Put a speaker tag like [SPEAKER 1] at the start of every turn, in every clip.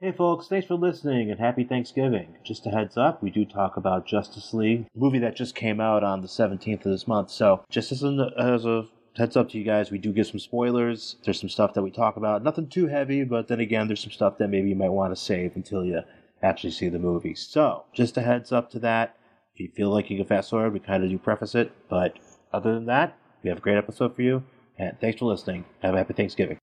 [SPEAKER 1] Hey folks, thanks for listening and happy Thanksgiving. Just a heads up, we do talk about Justice League, a movie that just came out on the 17th of this month. So, just as, an, as a heads up to you guys, we do give some spoilers. There's some stuff that we talk about, nothing too heavy, but then again, there's some stuff that maybe you might want to save until you actually see the movie. So, just a heads up to that. If you feel like you can fast forward, we kind of do preface it. But other than that, we have a great episode for you. And thanks for listening. Have a happy Thanksgiving.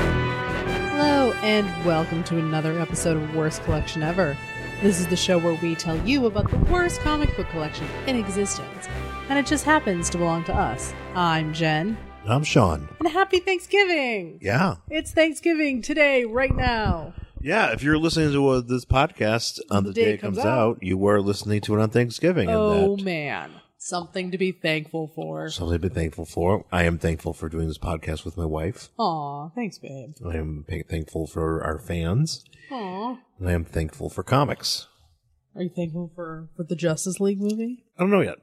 [SPEAKER 2] Hello, and welcome to another episode of Worst Collection Ever. This is the show where we tell you about the worst comic book collection in existence, and it just happens to belong to us. I'm Jen,
[SPEAKER 3] I'm Sean.
[SPEAKER 2] and happy Thanksgiving!
[SPEAKER 3] Yeah.
[SPEAKER 2] It's Thanksgiving today, right now.
[SPEAKER 3] Yeah. If you're listening to uh, this podcast on the, day it comes, out, you were listening to it on Thanksgiving.
[SPEAKER 2] Oh
[SPEAKER 3] and that
[SPEAKER 2] man, something to be thankful for.
[SPEAKER 3] something I've been thankful for. I am thankful for doing this podcast with my wife.
[SPEAKER 2] Aw, thanks, babe.
[SPEAKER 3] I am pa- thankful for our fans.
[SPEAKER 2] Aw.
[SPEAKER 3] And I am thankful for comics.
[SPEAKER 2] Are you thankful for, for the Justice League movie?
[SPEAKER 3] I don't know yet.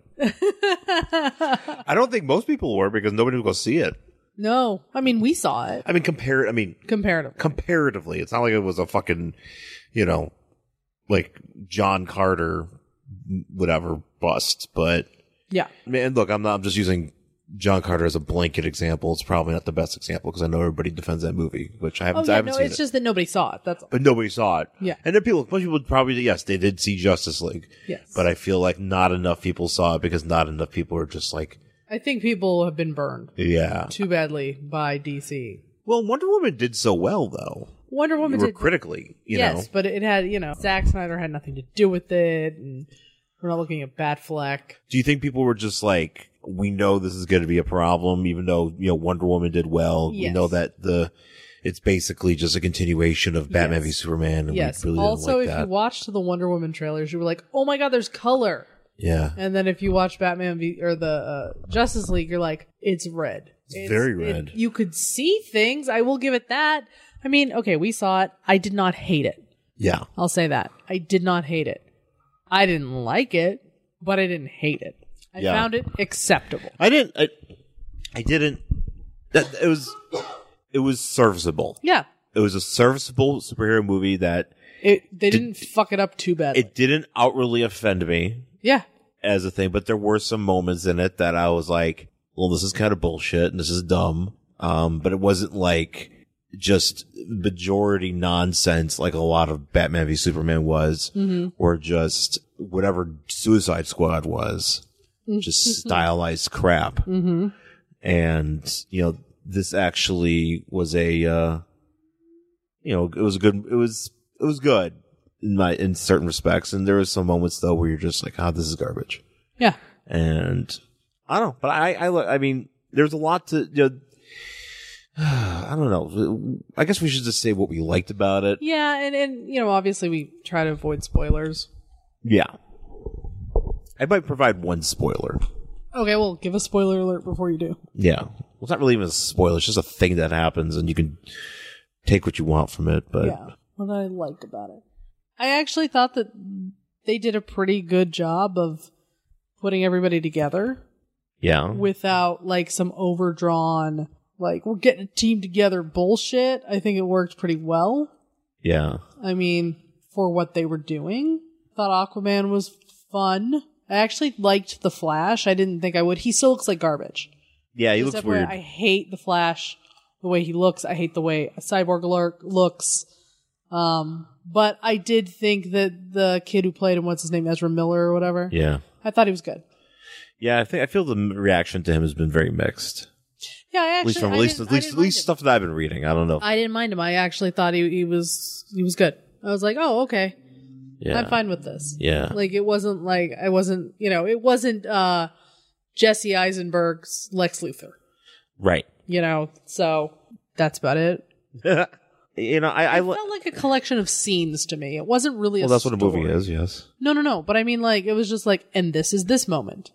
[SPEAKER 3] I don't think most people were because nobody would go see it.
[SPEAKER 2] no, I mean, we saw it
[SPEAKER 3] I mean, compare. I mean,
[SPEAKER 2] comparatively.
[SPEAKER 3] comparatively, it's not like it was a fucking, you know, like John Carter, whatever bust, but.
[SPEAKER 2] yeah.
[SPEAKER 3] Man, look, I'm not. I'm just using John Carter as a blanket example. It's probably not the best example because I know everybody defends that movie, which I haven't.
[SPEAKER 2] Oh,
[SPEAKER 3] I
[SPEAKER 2] yeah,
[SPEAKER 3] haven't
[SPEAKER 2] no,
[SPEAKER 3] seen
[SPEAKER 2] it's
[SPEAKER 3] it,
[SPEAKER 2] just that nobody saw it. That's all.
[SPEAKER 3] but nobody saw it.
[SPEAKER 2] Yeah.
[SPEAKER 3] and then people, most people would probably yes, they did see Justice League.
[SPEAKER 2] Yes.
[SPEAKER 3] but I feel like not enough people saw it because not enough people are just like,
[SPEAKER 2] I think people have been burned
[SPEAKER 3] yeah.
[SPEAKER 2] too badly by DC.
[SPEAKER 3] Well, Wonder Woman did so well though,
[SPEAKER 2] Wonder Woman
[SPEAKER 3] Re-
[SPEAKER 2] did
[SPEAKER 3] critically. You
[SPEAKER 2] yes,
[SPEAKER 3] know,
[SPEAKER 2] but it had you know Zack Snyder had nothing to do with it, and we're not looking at Batfleck.
[SPEAKER 3] do you think people were just like, we know this is going to be a problem, even though you know Wonder Woman did well.
[SPEAKER 2] Yes.
[SPEAKER 3] We know that the. It's basically just a continuation of Batman
[SPEAKER 2] Yes.
[SPEAKER 3] v Superman. And
[SPEAKER 2] Yes.
[SPEAKER 3] we really didn't
[SPEAKER 2] also,
[SPEAKER 3] like
[SPEAKER 2] if
[SPEAKER 3] that.
[SPEAKER 2] you watched the Wonder Woman trailers, you were like, "Oh my God, there's color."
[SPEAKER 3] Yeah.
[SPEAKER 2] And then if you watch Batman v- or the uh, Justice League, you're like, "It's red. It's,
[SPEAKER 3] very
[SPEAKER 2] it-
[SPEAKER 3] red.
[SPEAKER 2] you could see things. I will give it that. I mean, okay, we saw it. I did not hate it.
[SPEAKER 3] Yeah.
[SPEAKER 2] I'll say that. I did not hate it. I didn't like it, but I didn't hate it. I
[SPEAKER 3] Yeah.
[SPEAKER 2] found it acceptable.
[SPEAKER 3] I didn't I, I didn't that it was it was serviceable.
[SPEAKER 2] Yeah.
[SPEAKER 3] It was a serviceable superhero movie that
[SPEAKER 2] It they did, not fuck it up too bad.
[SPEAKER 3] it didn't outwardly offend me
[SPEAKER 2] yeah.
[SPEAKER 3] as a thing, but there were some moments in it that I was like, well, this is kind of bullshit and this is dumb. Um, but it wasn't like just majority nonsense like a lot of Batman v Superman was, or just whatever Suicide Squad was, just stylized crap.
[SPEAKER 2] Mm-hmm.
[SPEAKER 3] and you know this actually was a uh you know it was a good it was it was good in my in certain respects and there was some moments though where you're just like oh this is garbage
[SPEAKER 2] Yeah.
[SPEAKER 3] and i don't know but i i li- i mean there's a lot to you know, i don't know i guess we should just say what we liked about it
[SPEAKER 2] Yeah, and, and you know, obviously we try to avoid spoilers.
[SPEAKER 3] yeah i might provide one spoiler
[SPEAKER 2] Okay, well give a spoiler alert before you do.
[SPEAKER 3] yeah well, it's not really even a spoiler it's just a thing that happens and you can take what you want from it but
[SPEAKER 2] yeah. What I like about it. I actually thought that they did a pretty good job of putting everybody together.
[SPEAKER 3] yeah.
[SPEAKER 2] without like some overdrawn like we're getting a team together bullshit. I think it worked pretty well.
[SPEAKER 3] Yeah.
[SPEAKER 2] I mean, for what they were doing, thought Aquaman was fun. I actually liked the Flash. I didn't think I would. He still looks like garbage.
[SPEAKER 3] Yeah, he
[SPEAKER 2] Except
[SPEAKER 3] looks
[SPEAKER 2] where
[SPEAKER 3] weird.
[SPEAKER 2] I hate the Flash, the way he looks. I hate the way Cyborg lurk looks. Um, but I did think that the kid who played him, what's his name, Ezra Miller or whatever,
[SPEAKER 3] yeah.
[SPEAKER 2] I thought he was good.
[SPEAKER 3] Yeah, I think I feel the m- reaction to him has been very mixed.
[SPEAKER 2] Yeah, I actually,
[SPEAKER 3] At least from
[SPEAKER 2] I
[SPEAKER 3] at least
[SPEAKER 2] didn't-
[SPEAKER 3] at
[SPEAKER 2] I
[SPEAKER 3] least
[SPEAKER 2] didn't
[SPEAKER 3] at
[SPEAKER 2] mind
[SPEAKER 3] least
[SPEAKER 2] him.
[SPEAKER 3] stuff that I've been reading. I don't know.
[SPEAKER 2] I didn't mind him. I actually thought he, he was he was good. I was like, oh okay,
[SPEAKER 3] yeah.
[SPEAKER 2] I'm fine with this.
[SPEAKER 3] Yeah.
[SPEAKER 2] Like it wasn't like I wasn't you know it wasn't uh Jesse Eisenberg's Lex Luthor.
[SPEAKER 3] right.
[SPEAKER 2] You know, so that's about it.
[SPEAKER 3] you know, I, I
[SPEAKER 2] It
[SPEAKER 3] li-
[SPEAKER 2] felt like a collection of scenes to me. It wasn't really.
[SPEAKER 3] well,
[SPEAKER 2] a
[SPEAKER 3] that's what a movie
[SPEAKER 2] story.
[SPEAKER 3] is. Yes.
[SPEAKER 2] No, no, no. But I mean, like it was just like, and this is this moment,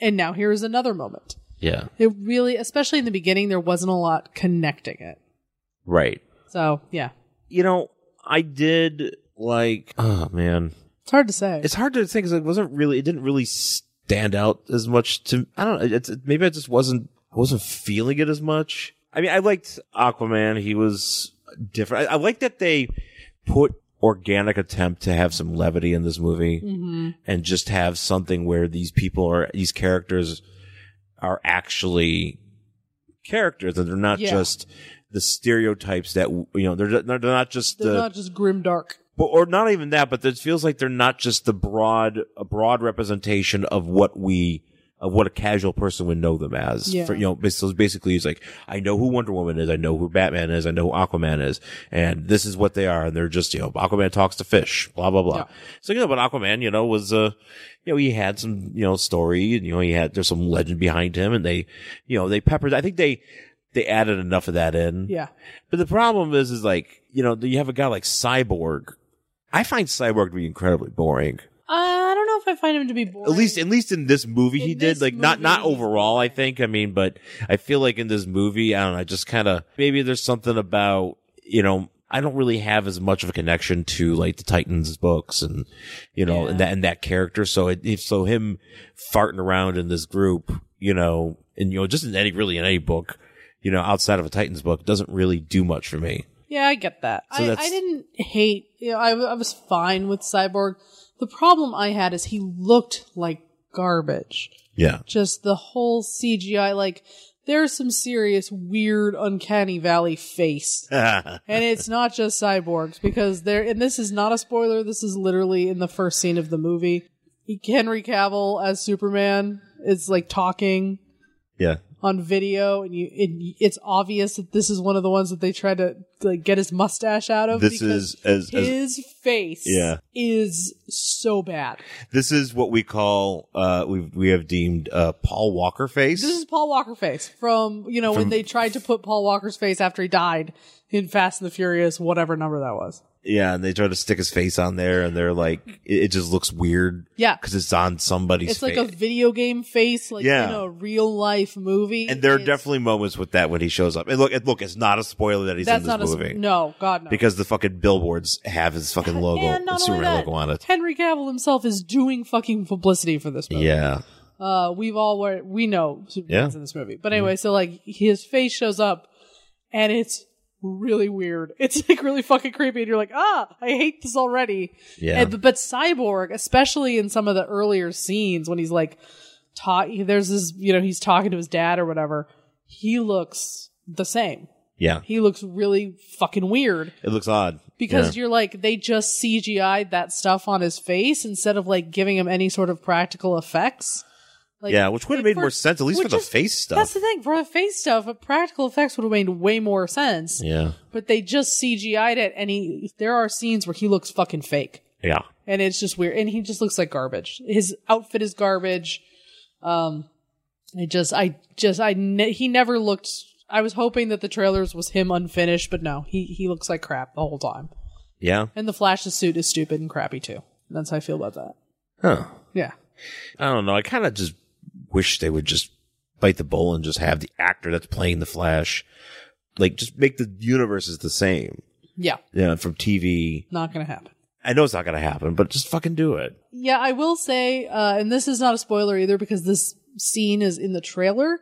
[SPEAKER 2] and now here is another moment.
[SPEAKER 3] Yeah.
[SPEAKER 2] It really, especially in the beginning, there wasn't a lot connecting it.
[SPEAKER 3] Right.
[SPEAKER 2] So yeah,
[SPEAKER 3] You know, I did like. Oh man,
[SPEAKER 2] It's hard to say.
[SPEAKER 3] it's hard to think because it wasn't really. It didn't really stand out as much to. I don't. know. It's maybe I just wasn't. I wasn't feeling it as much. I mean, I liked Aquaman. He was different. I, I like that they put organic attempt to have some levity in this movie
[SPEAKER 2] hmm
[SPEAKER 3] and just have something where these people are these characters are actually characters and they're not
[SPEAKER 2] Yeah.
[SPEAKER 3] just the stereotypes that you know they're they're not just
[SPEAKER 2] They're
[SPEAKER 3] the
[SPEAKER 2] not just grim dark.
[SPEAKER 3] but, or not even that but it feels like they're not just the broad a broad representation of what we of what a casual person would know them as
[SPEAKER 2] Yeah.
[SPEAKER 3] For, you know bas- so basically it's like i know who wonder woman is i know who batman is i know who aquaman is and this is what they are and they're just you know aquaman talks to fish blah blah blah
[SPEAKER 2] Yeah.
[SPEAKER 3] so you know but aquaman you know was uh you know he had some you know story and you know he had there's some legend behind him and they you know they peppered i think they they added enough of that in
[SPEAKER 2] Yeah.
[SPEAKER 3] but the problem is, is like, you know, you have a guy like Cyborg. I find Cyborg to be incredibly boring.
[SPEAKER 2] Uh, I don't know if I find him to be boring.
[SPEAKER 3] At least, at least in this movie,
[SPEAKER 2] In
[SPEAKER 3] he
[SPEAKER 2] this
[SPEAKER 3] did like not
[SPEAKER 2] movie,
[SPEAKER 3] not
[SPEAKER 2] he's
[SPEAKER 3] overall. I think. I mean, but I feel like in this movie, I don't know. I just kind of maybe there's something about you know. I don't really have as much of a connection to like the Titans books and you know
[SPEAKER 2] Yeah.
[SPEAKER 3] and that and that character. So it, if so, him farting around in this group, you know, and you know, just in any really in any book, you know, outside of a Titans book, doesn't really do much for me.
[SPEAKER 2] Yeah, I get that.
[SPEAKER 3] So
[SPEAKER 2] I,
[SPEAKER 3] that's-
[SPEAKER 2] I didn't hate. You know, I, w- I was fine with Cyborg. The problem I had is he looked like garbage.
[SPEAKER 3] Yeah.
[SPEAKER 2] Just the whole CGI. Like there's some serious weird, uncanny valley face, and it's not just cyborgs because there. And this is not a spoiler. This is literally in the first scene of the movie. Henry Cavill as Superman is like talking
[SPEAKER 3] yeah.
[SPEAKER 2] on video and you and it's obvious that this is one of the ones that they tried to like get his mustache out of
[SPEAKER 3] This
[SPEAKER 2] because
[SPEAKER 3] is as, as
[SPEAKER 2] his face
[SPEAKER 3] Yeah.
[SPEAKER 2] is so bad
[SPEAKER 3] this is what we call uh we we have deemed uh Paul Walker face.
[SPEAKER 2] this is paul walker face from you know when
[SPEAKER 3] From-
[SPEAKER 2] they tried to put paul walker's face after he died in fast and the furious whatever number that was
[SPEAKER 3] yeah, and they try to stick his face on there and they're like it, it just looks weird
[SPEAKER 2] yeah
[SPEAKER 3] cuz it's on somebody's
[SPEAKER 2] it's like a
[SPEAKER 3] face.
[SPEAKER 2] video game face like
[SPEAKER 3] Yeah.
[SPEAKER 2] in a real life movie
[SPEAKER 3] and there are
[SPEAKER 2] It's-
[SPEAKER 3] definitely moments with that when he shows up. And look, and look, it's not a spoiler that he's
[SPEAKER 2] that's
[SPEAKER 3] in
[SPEAKER 2] not
[SPEAKER 3] this
[SPEAKER 2] a
[SPEAKER 3] movie.
[SPEAKER 2] no god no
[SPEAKER 3] Because the fucking billboards have his fucking logo,
[SPEAKER 2] and
[SPEAKER 3] the
[SPEAKER 2] not only
[SPEAKER 3] Superman
[SPEAKER 2] that,
[SPEAKER 3] logo on it.
[SPEAKER 2] henry cavill himself is doing fucking publicity for this movie
[SPEAKER 3] Yeah.
[SPEAKER 2] uh we've all were we know Superman's
[SPEAKER 3] Yeah. Mm-hmm.
[SPEAKER 2] in this movie. But anyway, so like his face shows up and it's really weird. It's like really fucking creepy and you're like, "Ah, I hate this already."
[SPEAKER 3] Yeah.
[SPEAKER 2] And, but Cyborg, especially in some of the earlier scenes when he's like ta- there's this, you know, he's talking to his dad or whatever, he looks the same.
[SPEAKER 3] yeah.
[SPEAKER 2] He looks really fucking weird
[SPEAKER 3] It looks odd.
[SPEAKER 2] because
[SPEAKER 3] Yeah.
[SPEAKER 2] you're like they just CGI'd that stuff on his face instead of like giving him any sort of practical effects. Like,
[SPEAKER 3] yeah, which would have
[SPEAKER 2] like,
[SPEAKER 3] made more sense, at least for
[SPEAKER 2] which
[SPEAKER 3] the
[SPEAKER 2] is-
[SPEAKER 3] face
[SPEAKER 2] That's
[SPEAKER 3] stuff.
[SPEAKER 2] the thing for the face stuff. But practical effects would have made way more sense.
[SPEAKER 3] yeah.
[SPEAKER 2] But they just CGI'd it, and he there are scenes where he looks fucking fake,
[SPEAKER 3] Yeah.
[SPEAKER 2] and it's just weird. And he just looks like garbage. His outfit is garbage. Um, I just, I just, I ne- he never looked. I was hoping that the trailers was him unfinished, but no, he he looks like crap the whole time.
[SPEAKER 3] Yeah.
[SPEAKER 2] And the Flash's suit is stupid and crappy too. That's how I feel about that.
[SPEAKER 3] Huh.
[SPEAKER 2] Yeah.
[SPEAKER 3] I don't know. I kind of just wish they would just bite the bullet and just have the actor that's playing the Flash, like just make the universes the same.
[SPEAKER 2] Yeah.
[SPEAKER 3] Yeah, from TV.
[SPEAKER 2] Not gonna happen.
[SPEAKER 3] I know it's not gonna happen, but just fucking do it.
[SPEAKER 2] Yeah, I will say, uh, and this is not a spoiler either because this scene is in the trailer.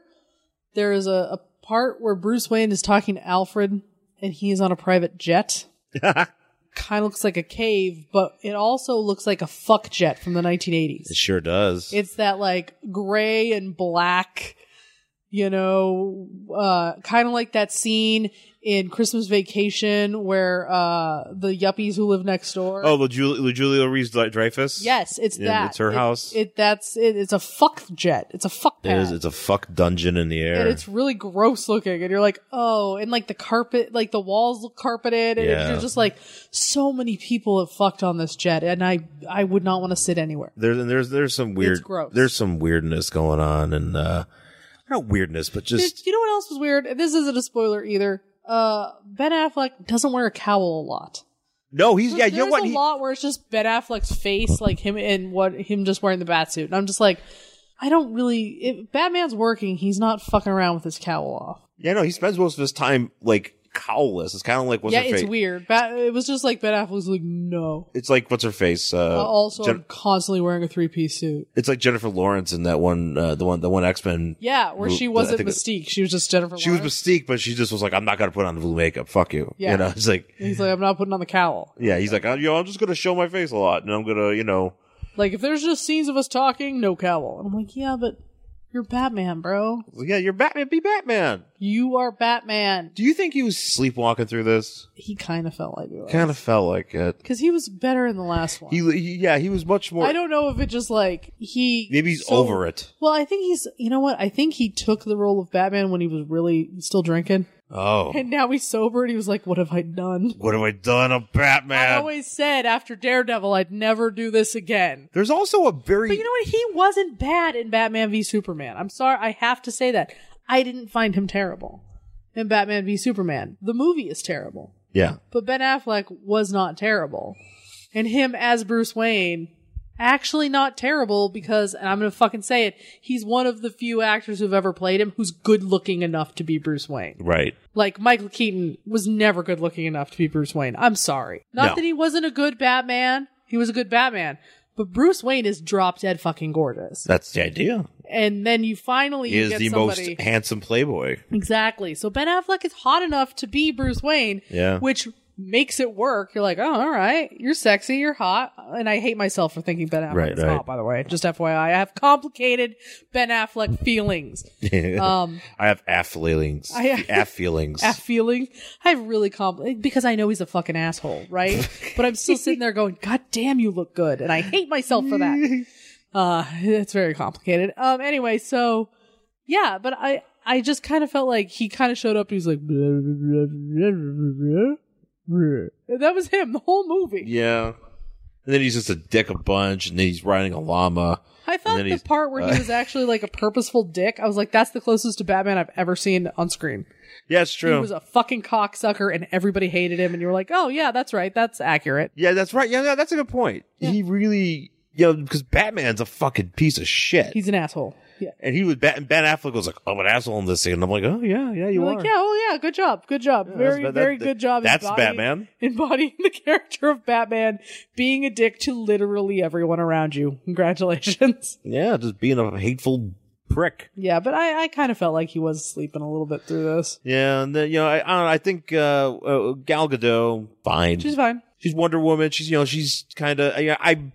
[SPEAKER 2] There is a, a part where Bruce Wayne is talking to Alfred and he is on a private jet. kind of looks like a cave, but it also looks like a fuck jet from the 1980s.
[SPEAKER 3] It sure does.
[SPEAKER 2] It's that like gray and black, you know, uh, kind of like that scene in Christmas Vacation where uh, the yuppies who live next door.
[SPEAKER 3] oh, the Jul- the Julia Reese Dreyfus.
[SPEAKER 2] yes, it's
[SPEAKER 3] Yeah,
[SPEAKER 2] that.
[SPEAKER 3] it's her
[SPEAKER 2] It-
[SPEAKER 3] house.
[SPEAKER 2] It that's it, it's a fuck jet. It's a fuck
[SPEAKER 3] it
[SPEAKER 2] pad.
[SPEAKER 3] is. It's a fuck dungeon in the air.
[SPEAKER 2] and it's really gross looking, and you're like, oh, and like the carpet, like the walls look carpeted, and
[SPEAKER 3] Yeah.
[SPEAKER 2] you're just like, so many people have fucked on this jet, and I, I would not want to sit anywhere.
[SPEAKER 3] there's and there's there's some weird.
[SPEAKER 2] gross.
[SPEAKER 3] There's some weirdness going on, and uh not weirdness, but
[SPEAKER 2] Dude,
[SPEAKER 3] just
[SPEAKER 2] you know what else was weird? And This isn't a spoiler either. Uh, Ben Affleck doesn't wear a cowl a lot.
[SPEAKER 3] no. He's yeah.
[SPEAKER 2] There's
[SPEAKER 3] You know what?
[SPEAKER 2] a
[SPEAKER 3] He-
[SPEAKER 2] lot where it's just Ben Affleck's face, like him and what him just wearing the bat suit. And I'm just like, I don't really. If Batman's working, he's not fucking around with his cowl off.
[SPEAKER 3] Yeah, no, he spends most of his time like cowless. It's kind of like what's
[SPEAKER 2] yeah,
[SPEAKER 3] her face.
[SPEAKER 2] it's weird. Ba- it was just like Ben Affleck was like, no.
[SPEAKER 3] It's like what's her face. Uh,
[SPEAKER 2] Uh, also,
[SPEAKER 3] Jen-
[SPEAKER 2] I'm constantly wearing a three piece suit.
[SPEAKER 3] it's like Jennifer Lawrence in that one, uh, the one, the one X Men.
[SPEAKER 2] Yeah, where
[SPEAKER 3] Who-
[SPEAKER 2] she
[SPEAKER 3] I
[SPEAKER 2] wasn't
[SPEAKER 3] think it-
[SPEAKER 2] Mystique. She was just Jennifer.
[SPEAKER 3] She was
[SPEAKER 2] Lawrence.
[SPEAKER 3] Mystique, but she just was like, "I'm not gonna put on the blue makeup. Fuck you."
[SPEAKER 2] Yeah.
[SPEAKER 3] You know, it's like,
[SPEAKER 2] He's like, I'm not putting on the cowl.
[SPEAKER 3] yeah, he's like, "Oh, "Yo, I'm just gonna show my face a lot, and I'm gonna, you know."
[SPEAKER 2] Like, if there's just scenes of us talking, no cowl. I'm like, yeah, but you're Batman, bro.
[SPEAKER 3] Well, Yeah, you're Batman. Be Batman.
[SPEAKER 2] You are Batman.
[SPEAKER 3] Do you think he was sleepwalking through this?
[SPEAKER 2] He kind of felt like it.
[SPEAKER 3] Kind of felt like it.
[SPEAKER 2] Because he was better in the last one.
[SPEAKER 3] He, he- yeah, he was much more.
[SPEAKER 2] I don't know if it just like he
[SPEAKER 3] maybe he's
[SPEAKER 2] so-
[SPEAKER 3] over it.
[SPEAKER 2] Well, I think he's. You know what? I think he took the role of Batman when he was really still drinking,
[SPEAKER 3] Oh,
[SPEAKER 2] and now he's sober, and he was like, "What have I done?"
[SPEAKER 3] what have I done? I'm
[SPEAKER 2] I
[SPEAKER 3] Batman.
[SPEAKER 2] always said after Daredevil, I'd never do this again.
[SPEAKER 3] There's also a very.
[SPEAKER 2] But you know what? He wasn't bad in Batman v Superman. I'm sorry, I have to say that. I didn't find him terrible in Batman v Superman. The movie is terrible,
[SPEAKER 3] yeah,
[SPEAKER 2] but Ben Affleck was not terrible. And him as Bruce Wayne, actually not terrible because, and I'm going to fucking say it, he's one of the few actors who've ever played him who's good looking enough to be Bruce Wayne.
[SPEAKER 3] right.
[SPEAKER 2] Like Michael Keaton was never good looking enough to be Bruce Wayne. I'm sorry. Not
[SPEAKER 3] No.
[SPEAKER 2] that he wasn't a good Batman. He was a good Batman. But Bruce Wayne is drop dead fucking gorgeous.
[SPEAKER 3] That's the idea.
[SPEAKER 2] And then you finally
[SPEAKER 3] He
[SPEAKER 2] you
[SPEAKER 3] is
[SPEAKER 2] get
[SPEAKER 3] the
[SPEAKER 2] somebody.
[SPEAKER 3] most handsome playboy.
[SPEAKER 2] exactly. So Ben Affleck is hot enough to be Bruce Wayne,
[SPEAKER 3] Yeah.
[SPEAKER 2] which makes it work. You're like, oh, all right. You're sexy. You're hot. And I hate myself for thinking Ben Affleck
[SPEAKER 3] Right,
[SPEAKER 2] is
[SPEAKER 3] right.
[SPEAKER 2] hot, by the way. Just FYI. I have complicated Ben Affleck feelings. Um,
[SPEAKER 3] I have aff feelings.
[SPEAKER 2] I-
[SPEAKER 3] aff feelings.
[SPEAKER 2] F feeling. I have really compl because I know he's a fucking asshole, right? but I'm still sitting there going, "God damn, you look good," and I hate myself for that. Uh, it's very complicated. Um, anyway, so yeah, but I I just kind of felt like he kind of showed up. He's like, that was him the whole movie.
[SPEAKER 3] yeah. And then he's just a dick a bunch, and then he's riding a llama.
[SPEAKER 2] I thought
[SPEAKER 3] then
[SPEAKER 2] the
[SPEAKER 3] he's-
[SPEAKER 2] part where
[SPEAKER 3] uh,
[SPEAKER 2] he was actually like a purposeful dick. I was like, that's the closest to Batman I've ever seen on screen.
[SPEAKER 3] Yeah, it's
[SPEAKER 2] He
[SPEAKER 3] true.
[SPEAKER 2] was a fucking cocksucker, and everybody hated him. And you were like, oh yeah, that's right, that's accurate.
[SPEAKER 3] yeah, that's right. Yeah, yeah, that's a good point. He really, you know, because Batman's a fucking piece of shit.
[SPEAKER 2] He's an asshole. Yeah.
[SPEAKER 3] and he was Ben, ben Affleck was like, "I'm an asshole in this scene," and I'm like, "Oh yeah, yeah, you
[SPEAKER 2] You're
[SPEAKER 3] are."
[SPEAKER 2] like, yeah, oh yeah, good job, good job,
[SPEAKER 3] that's
[SPEAKER 2] very,
[SPEAKER 3] ba- that-
[SPEAKER 2] very
[SPEAKER 3] that-
[SPEAKER 2] good job.
[SPEAKER 3] that's
[SPEAKER 2] embodying-
[SPEAKER 3] Batman.
[SPEAKER 2] Embodying the character of Batman, being a dick to literally everyone around you. Congratulations.
[SPEAKER 3] Yeah, just being a hateful prick.
[SPEAKER 2] yeah, but I, I kind of felt like he was sleeping a little bit through this.
[SPEAKER 3] Yeah, and then you know, I, I don't know. I think uh, uh, Gal Gadot, fine.
[SPEAKER 2] She's
[SPEAKER 3] She's,
[SPEAKER 2] fine.
[SPEAKER 3] Wonder Woman. She's you know, she's kind of. I, I,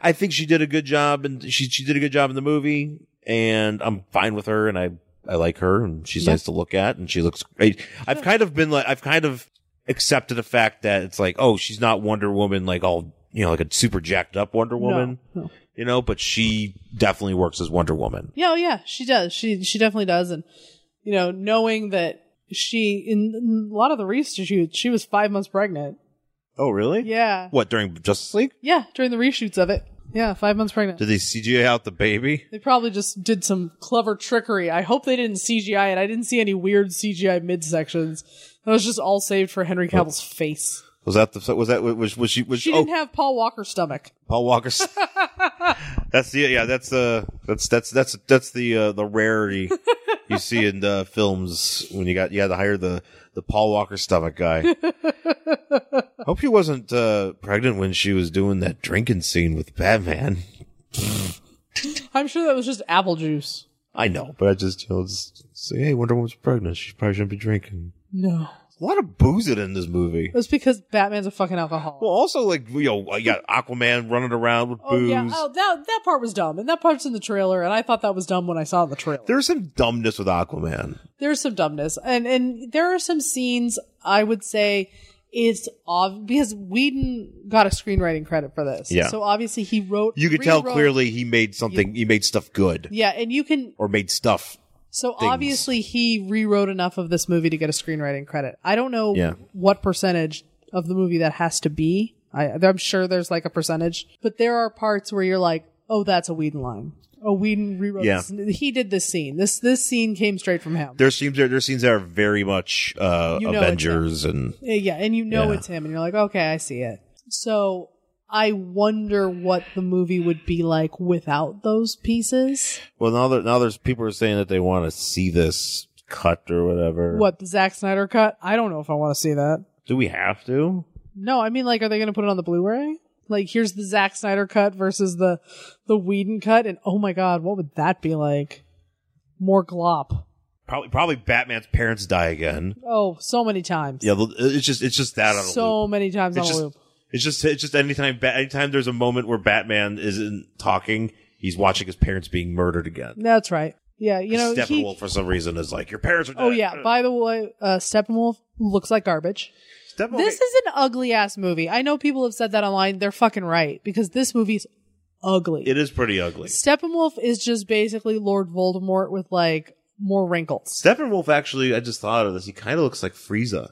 [SPEAKER 3] I think she did a good job, and she she did a good job in the movie, and I'm fine with her, and I I like her, and she's
[SPEAKER 2] Yeah.
[SPEAKER 3] nice to look at, and she looks great. I've kind of been like, I've kind of accepted the fact that it's like, oh, she's not Wonder Woman, like all you know, like a super jacked up Wonder Woman,
[SPEAKER 2] No, no.
[SPEAKER 3] you know, but she definitely works as Wonder Woman.
[SPEAKER 2] Yeah, oh, yeah, she does. She she definitely does. And you know, knowing that she in, in a lot of the reshoots, she was five months pregnant.
[SPEAKER 3] Oh, really?
[SPEAKER 2] Yeah,
[SPEAKER 3] What during Justice League?
[SPEAKER 2] yeah, during the reshoots of it. Yeah, five months pregnant.
[SPEAKER 3] Did they CGI out the baby?
[SPEAKER 2] They probably just did some clever trickery. I hope they didn't CGI it. I didn't see any weird CGI midsections. That was just all saved for Henry Cavill's face.
[SPEAKER 3] Was that the was that was was she was
[SPEAKER 2] She
[SPEAKER 3] oh
[SPEAKER 2] didn't have Paul Walker's stomach.
[SPEAKER 3] Paul Walker's? that's the yeah that's uh that's that's that's that's the uh, the rarity you see in uh, films when you got you had to hire the the Paul Walker stomach guy. Hope she wasn't uh, pregnant when she was doing that drinking scene with Batman.
[SPEAKER 2] I'm sure that was just apple juice.
[SPEAKER 3] I know, but I just you know just say hey Wonder Woman's pregnant. She probably shouldn't be drinking.
[SPEAKER 2] No.
[SPEAKER 3] A lot of boozing in this movie.
[SPEAKER 2] It was because Batman's a fucking alcoholic.
[SPEAKER 3] Well, also like you know you got Aquaman running around with
[SPEAKER 2] oh,
[SPEAKER 3] booze.
[SPEAKER 2] yeah. Oh, that, that part was dumb. And that part's in the trailer. And I thought that was dumb when I saw the trailer.
[SPEAKER 3] There's some dumbness with Aquaman.
[SPEAKER 2] there's some dumbness and and there are some scenes i would say it's ob- because Whedon got a screenwriting credit for this
[SPEAKER 3] Yeah.
[SPEAKER 2] so obviously he wrote
[SPEAKER 3] You could tell
[SPEAKER 2] rewrote-
[SPEAKER 3] clearly he made something. He made stuff good
[SPEAKER 2] yeah and you can
[SPEAKER 3] or made stuff.
[SPEAKER 2] so
[SPEAKER 3] things.
[SPEAKER 2] obviously he rewrote enough of this movie to get a screenwriting credit i don't know
[SPEAKER 3] Yeah.
[SPEAKER 2] what percentage of the movie that has to be I, i'm sure there's like a percentage but there are parts where you're like oh that's a Whedon line oh Whedon rewrote
[SPEAKER 3] Yeah.
[SPEAKER 2] this. he did this scene this this scene came straight from him
[SPEAKER 3] There seems there, there scenes that are very much uh,
[SPEAKER 2] You know
[SPEAKER 3] Avengers and
[SPEAKER 2] Uh, Yeah, and you know
[SPEAKER 3] Yeah.
[SPEAKER 2] it's him, and you're like, okay, I see it. So I wonder what the movie would be like without those pieces.
[SPEAKER 3] well now there, now there's people are saying that they want to see this cut or whatever.
[SPEAKER 2] What the Zack Snyder cut? I don't know if I want to see that.
[SPEAKER 3] Do we have to?
[SPEAKER 2] No, I mean, like, are they going to put it on the Blu-ray? Like, here's the Zack Snyder cut versus the the Whedon cut, and oh my god, what would that be like? More glop.
[SPEAKER 3] Probably, probably Batman's parents die again.
[SPEAKER 2] Oh, so many times.
[SPEAKER 3] Yeah, it's just it's just that on a
[SPEAKER 2] so
[SPEAKER 3] loop.
[SPEAKER 2] many times
[SPEAKER 3] It's
[SPEAKER 2] on
[SPEAKER 3] just-
[SPEAKER 2] a loop.
[SPEAKER 3] It's just it's just anytime ba- anytime there's a moment where Batman isn't talking, he's watching his parents being murdered again.
[SPEAKER 2] That's right. Yeah, you know, he,
[SPEAKER 3] Steppenwolf for some reason is like your parents are. Dead.
[SPEAKER 2] Oh yeah. By the way, uh, Steppenwolf looks like garbage.
[SPEAKER 3] Steppenwolf.
[SPEAKER 2] This is an ugly ass movie. I know people have said that online. They're fucking right because this movie's ugly.
[SPEAKER 3] it is pretty ugly.
[SPEAKER 2] Steppenwolf is just basically Lord Voldemort with like more wrinkles.
[SPEAKER 3] Steppenwolf actually, I just thought of this. He kind of looks like Frieza.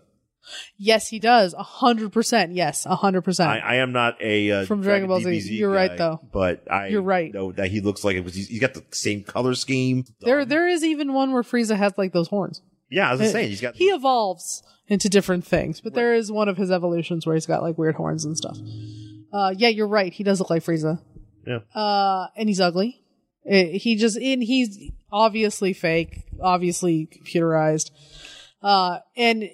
[SPEAKER 2] Yes, he does. A hundred percent. Yes, a hundred
[SPEAKER 3] I,
[SPEAKER 2] percent.
[SPEAKER 3] I am not a uh,
[SPEAKER 2] From Dragon Ball Z.
[SPEAKER 3] DBZ
[SPEAKER 2] You're
[SPEAKER 3] guy,
[SPEAKER 2] right, though.
[SPEAKER 3] But I
[SPEAKER 2] You're right.
[SPEAKER 3] know that he looks like it was. He's, he's got the same color scheme.
[SPEAKER 2] There, there is even one where Frieza has like those horns.
[SPEAKER 3] yeah, I was just saying he's got.
[SPEAKER 2] Uh, He evolves into different things, but there is one of his evolutions where he's got like weird horns and stuff. Uh, yeah, you're right. He does look like Frieza.
[SPEAKER 3] Yeah.
[SPEAKER 2] Uh, and he's ugly. Eh, he just in he's obviously fake, obviously computerized. Uh, and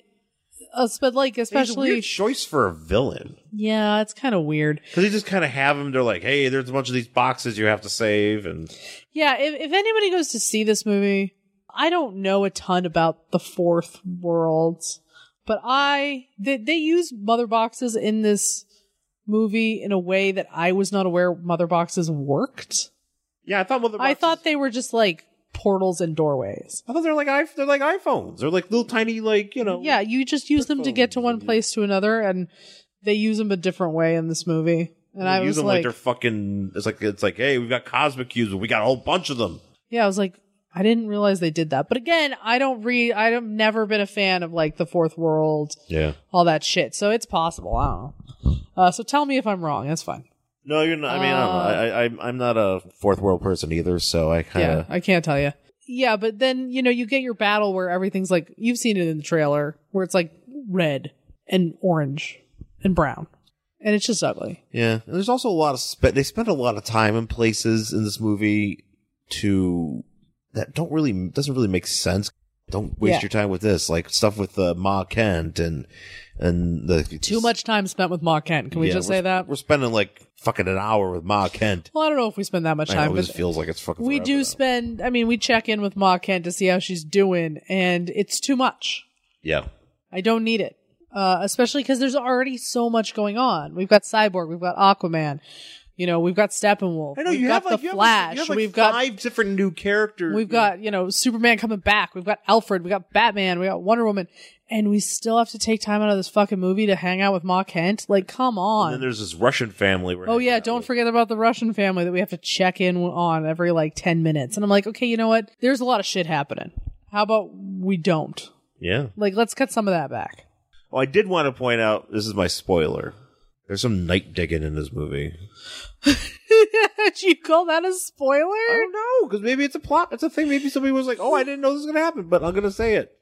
[SPEAKER 2] uh, but like
[SPEAKER 3] especially
[SPEAKER 2] especially
[SPEAKER 3] choice for a villain
[SPEAKER 2] yeah, it's kind of weird.
[SPEAKER 3] because they just kind of have him. They're like, hey, there's a bunch of these boxes you have to save, and
[SPEAKER 2] Yeah, if, if anybody goes to see this movie, I don't know a ton about the fourth world, but I they, they use mother boxes in this movie in a way that I was not aware mother boxes worked.
[SPEAKER 3] yeah, I thought mother.
[SPEAKER 2] I
[SPEAKER 3] boxes-
[SPEAKER 2] thought they were just like portals and doorways.
[SPEAKER 3] I thought they're like i they're like iPhones. They're like little tiny like you know.
[SPEAKER 2] Yeah, you just use them to get to one place to another, and they use them a different way in this movie. And
[SPEAKER 3] They
[SPEAKER 2] I
[SPEAKER 3] use
[SPEAKER 2] was
[SPEAKER 3] them
[SPEAKER 2] like,
[SPEAKER 3] they're fucking. It's like it's like hey, we've got cosmic cubes, and we got a whole bunch of them.
[SPEAKER 2] Yeah, I was like, I didn't realize they did that. But again, I don't read. I've never been a fan of like the fourth world,
[SPEAKER 3] Yeah.
[SPEAKER 2] all that shit. So it's possible. I don't know. Uh, so tell me if I'm wrong. That's fine.
[SPEAKER 3] No, you're not. I mean,
[SPEAKER 2] Uh,
[SPEAKER 3] I don't know. I, I, I'm not a fourth world person either, so I kind
[SPEAKER 2] Yeah,
[SPEAKER 3] of.
[SPEAKER 2] I can't tell you. Yeah, but then you know you get your battle where everything's like you've seen it in the trailer where it's like red and orange and brown, and it's just ugly.
[SPEAKER 3] Yeah. And there's also a lot of spe- they spend a lot of time in places in this movie to that don't really doesn't really make sense. Don't waste
[SPEAKER 2] Yeah.
[SPEAKER 3] your time with this, like stuff with uh, Ma Kent and and the
[SPEAKER 2] Too much time spent with Ma Kent. Can we
[SPEAKER 3] Yeah,
[SPEAKER 2] just
[SPEAKER 3] we're-
[SPEAKER 2] say that?
[SPEAKER 3] we're spending like fucking an hour with Ma Kent?
[SPEAKER 2] Well, I don't know if we spend that much
[SPEAKER 3] I know,
[SPEAKER 2] time,
[SPEAKER 3] it
[SPEAKER 2] but
[SPEAKER 3] just feels like it's fucking.
[SPEAKER 2] we
[SPEAKER 3] forever
[SPEAKER 2] do
[SPEAKER 3] now.
[SPEAKER 2] spend i mean we check in with ma kent to see how she's doing and it's too much
[SPEAKER 3] Yeah.
[SPEAKER 2] i don't need it uh, especially because there's already so much going on we've got cyborg we've got aquaman you know we've got steppenwolf
[SPEAKER 3] I know
[SPEAKER 2] we've
[SPEAKER 3] you
[SPEAKER 2] got
[SPEAKER 3] have like,
[SPEAKER 2] the
[SPEAKER 3] you have,
[SPEAKER 2] flash
[SPEAKER 3] Like, you have like
[SPEAKER 2] we've got
[SPEAKER 3] five different new characters.
[SPEAKER 2] we've got you know superman coming back we've got alfred we got batman we got wonder woman and we still have to take time out of this fucking movie to hang out with ma kent like come
[SPEAKER 3] And then
[SPEAKER 2] on
[SPEAKER 3] there's this Russian family. we're
[SPEAKER 2] Oh
[SPEAKER 3] hanging
[SPEAKER 2] yeah,
[SPEAKER 3] out
[SPEAKER 2] don't
[SPEAKER 3] with.
[SPEAKER 2] forget about the Russian family that we have to check in on every like 10 minutes. And I'm like, "Okay, you know what? There's a lot of shit happening. How about we don't?
[SPEAKER 3] Yeah.
[SPEAKER 2] Like let's cut some of that back."
[SPEAKER 3] Oh, I did want to point out this is my spoiler. There's some night digging in this movie.
[SPEAKER 2] Do you call that a
[SPEAKER 3] I
[SPEAKER 2] spoiler?
[SPEAKER 3] don't know because maybe it's a plot. It's a thing. Maybe somebody was like, "Oh, I didn't know this was gonna happen," but I'm gonna say it.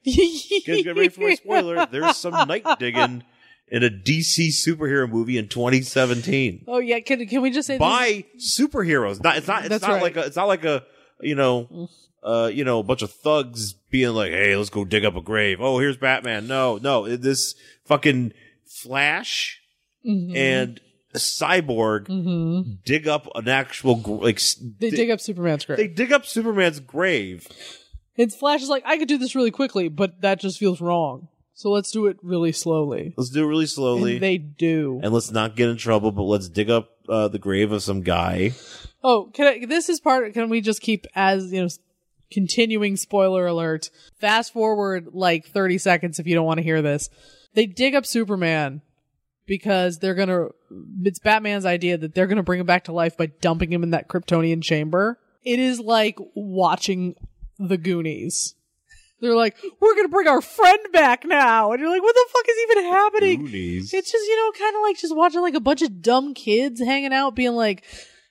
[SPEAKER 3] Guys, get ready for my spoiler. There's some night digging in a DC superhero movie in 2017
[SPEAKER 2] Oh yeah, can can we just say this?
[SPEAKER 3] by superheroes. Not it's not it's
[SPEAKER 2] That's
[SPEAKER 3] not
[SPEAKER 2] right.
[SPEAKER 3] like a it's not like a you know. Uh, you know, a bunch of thugs being like, "Hey, let's go dig up a grave." Oh, here's Batman. No, no, it- this fucking Flash
[SPEAKER 2] Mhm.
[SPEAKER 3] and Cyborg
[SPEAKER 2] Mhm.
[SPEAKER 3] dig up an actual gr- like s-
[SPEAKER 2] They dig up Superman's grave.
[SPEAKER 3] they dig up Superman's grave.
[SPEAKER 2] and Flash is like, "I could do this really quickly, but that just feels wrong. So let's do it really slowly."
[SPEAKER 3] Let's do it really slowly,
[SPEAKER 2] And they do.
[SPEAKER 3] and let's not get in trouble. But let's dig up uh, the grave of some guy.
[SPEAKER 2] Oh, can I, this is part. Can we just keep as you know, continuing spoiler alert? Fast forward like thirty seconds if you don't want to hear this. They dig up Superman because they're gonna. It's Batman's idea that they're gonna bring him back to life by dumping him in that Kryptonian chamber. It is like watching the Goonies. They're like, we're gonna bring our friend back now, and you're like, what the fuck is even happening?
[SPEAKER 3] Goonies.
[SPEAKER 2] It's just you know, kind of like just watching like a bunch of dumb kids hanging out, being like,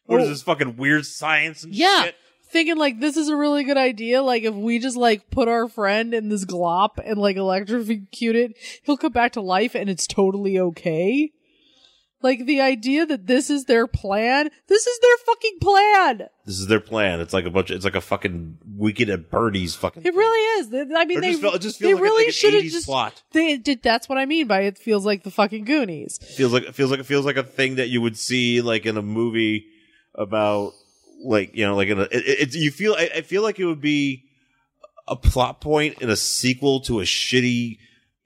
[SPEAKER 3] What is
[SPEAKER 2] oh.
[SPEAKER 3] this fucking weird science and
[SPEAKER 2] Yeah.
[SPEAKER 3] shit?
[SPEAKER 2] Thinking like this is a really good idea. Like if we just like put our friend in this glop and like electrocute it, he'll come back to life and it's totally okay. Like the idea that this is their plan. This is their fucking plan.
[SPEAKER 3] This is their plan. It's like a bunch. Of, it's like a fucking Wicked at Birdie's fucking.
[SPEAKER 2] It really is. They- I mean,
[SPEAKER 3] Or
[SPEAKER 2] they
[SPEAKER 3] just felt- it just
[SPEAKER 2] they
[SPEAKER 3] feels like a-
[SPEAKER 2] really
[SPEAKER 3] like an
[SPEAKER 2] should have
[SPEAKER 3] 80s
[SPEAKER 2] just
[SPEAKER 3] plot.
[SPEAKER 2] they did. That's what I mean by it feels like the fucking Goonies.
[SPEAKER 3] feels like it feels like it feels like a thing that you would see like in a movie about like you know like in a it, it, it's- you feel I, I feel like it would be a plot point in a sequel to a shitty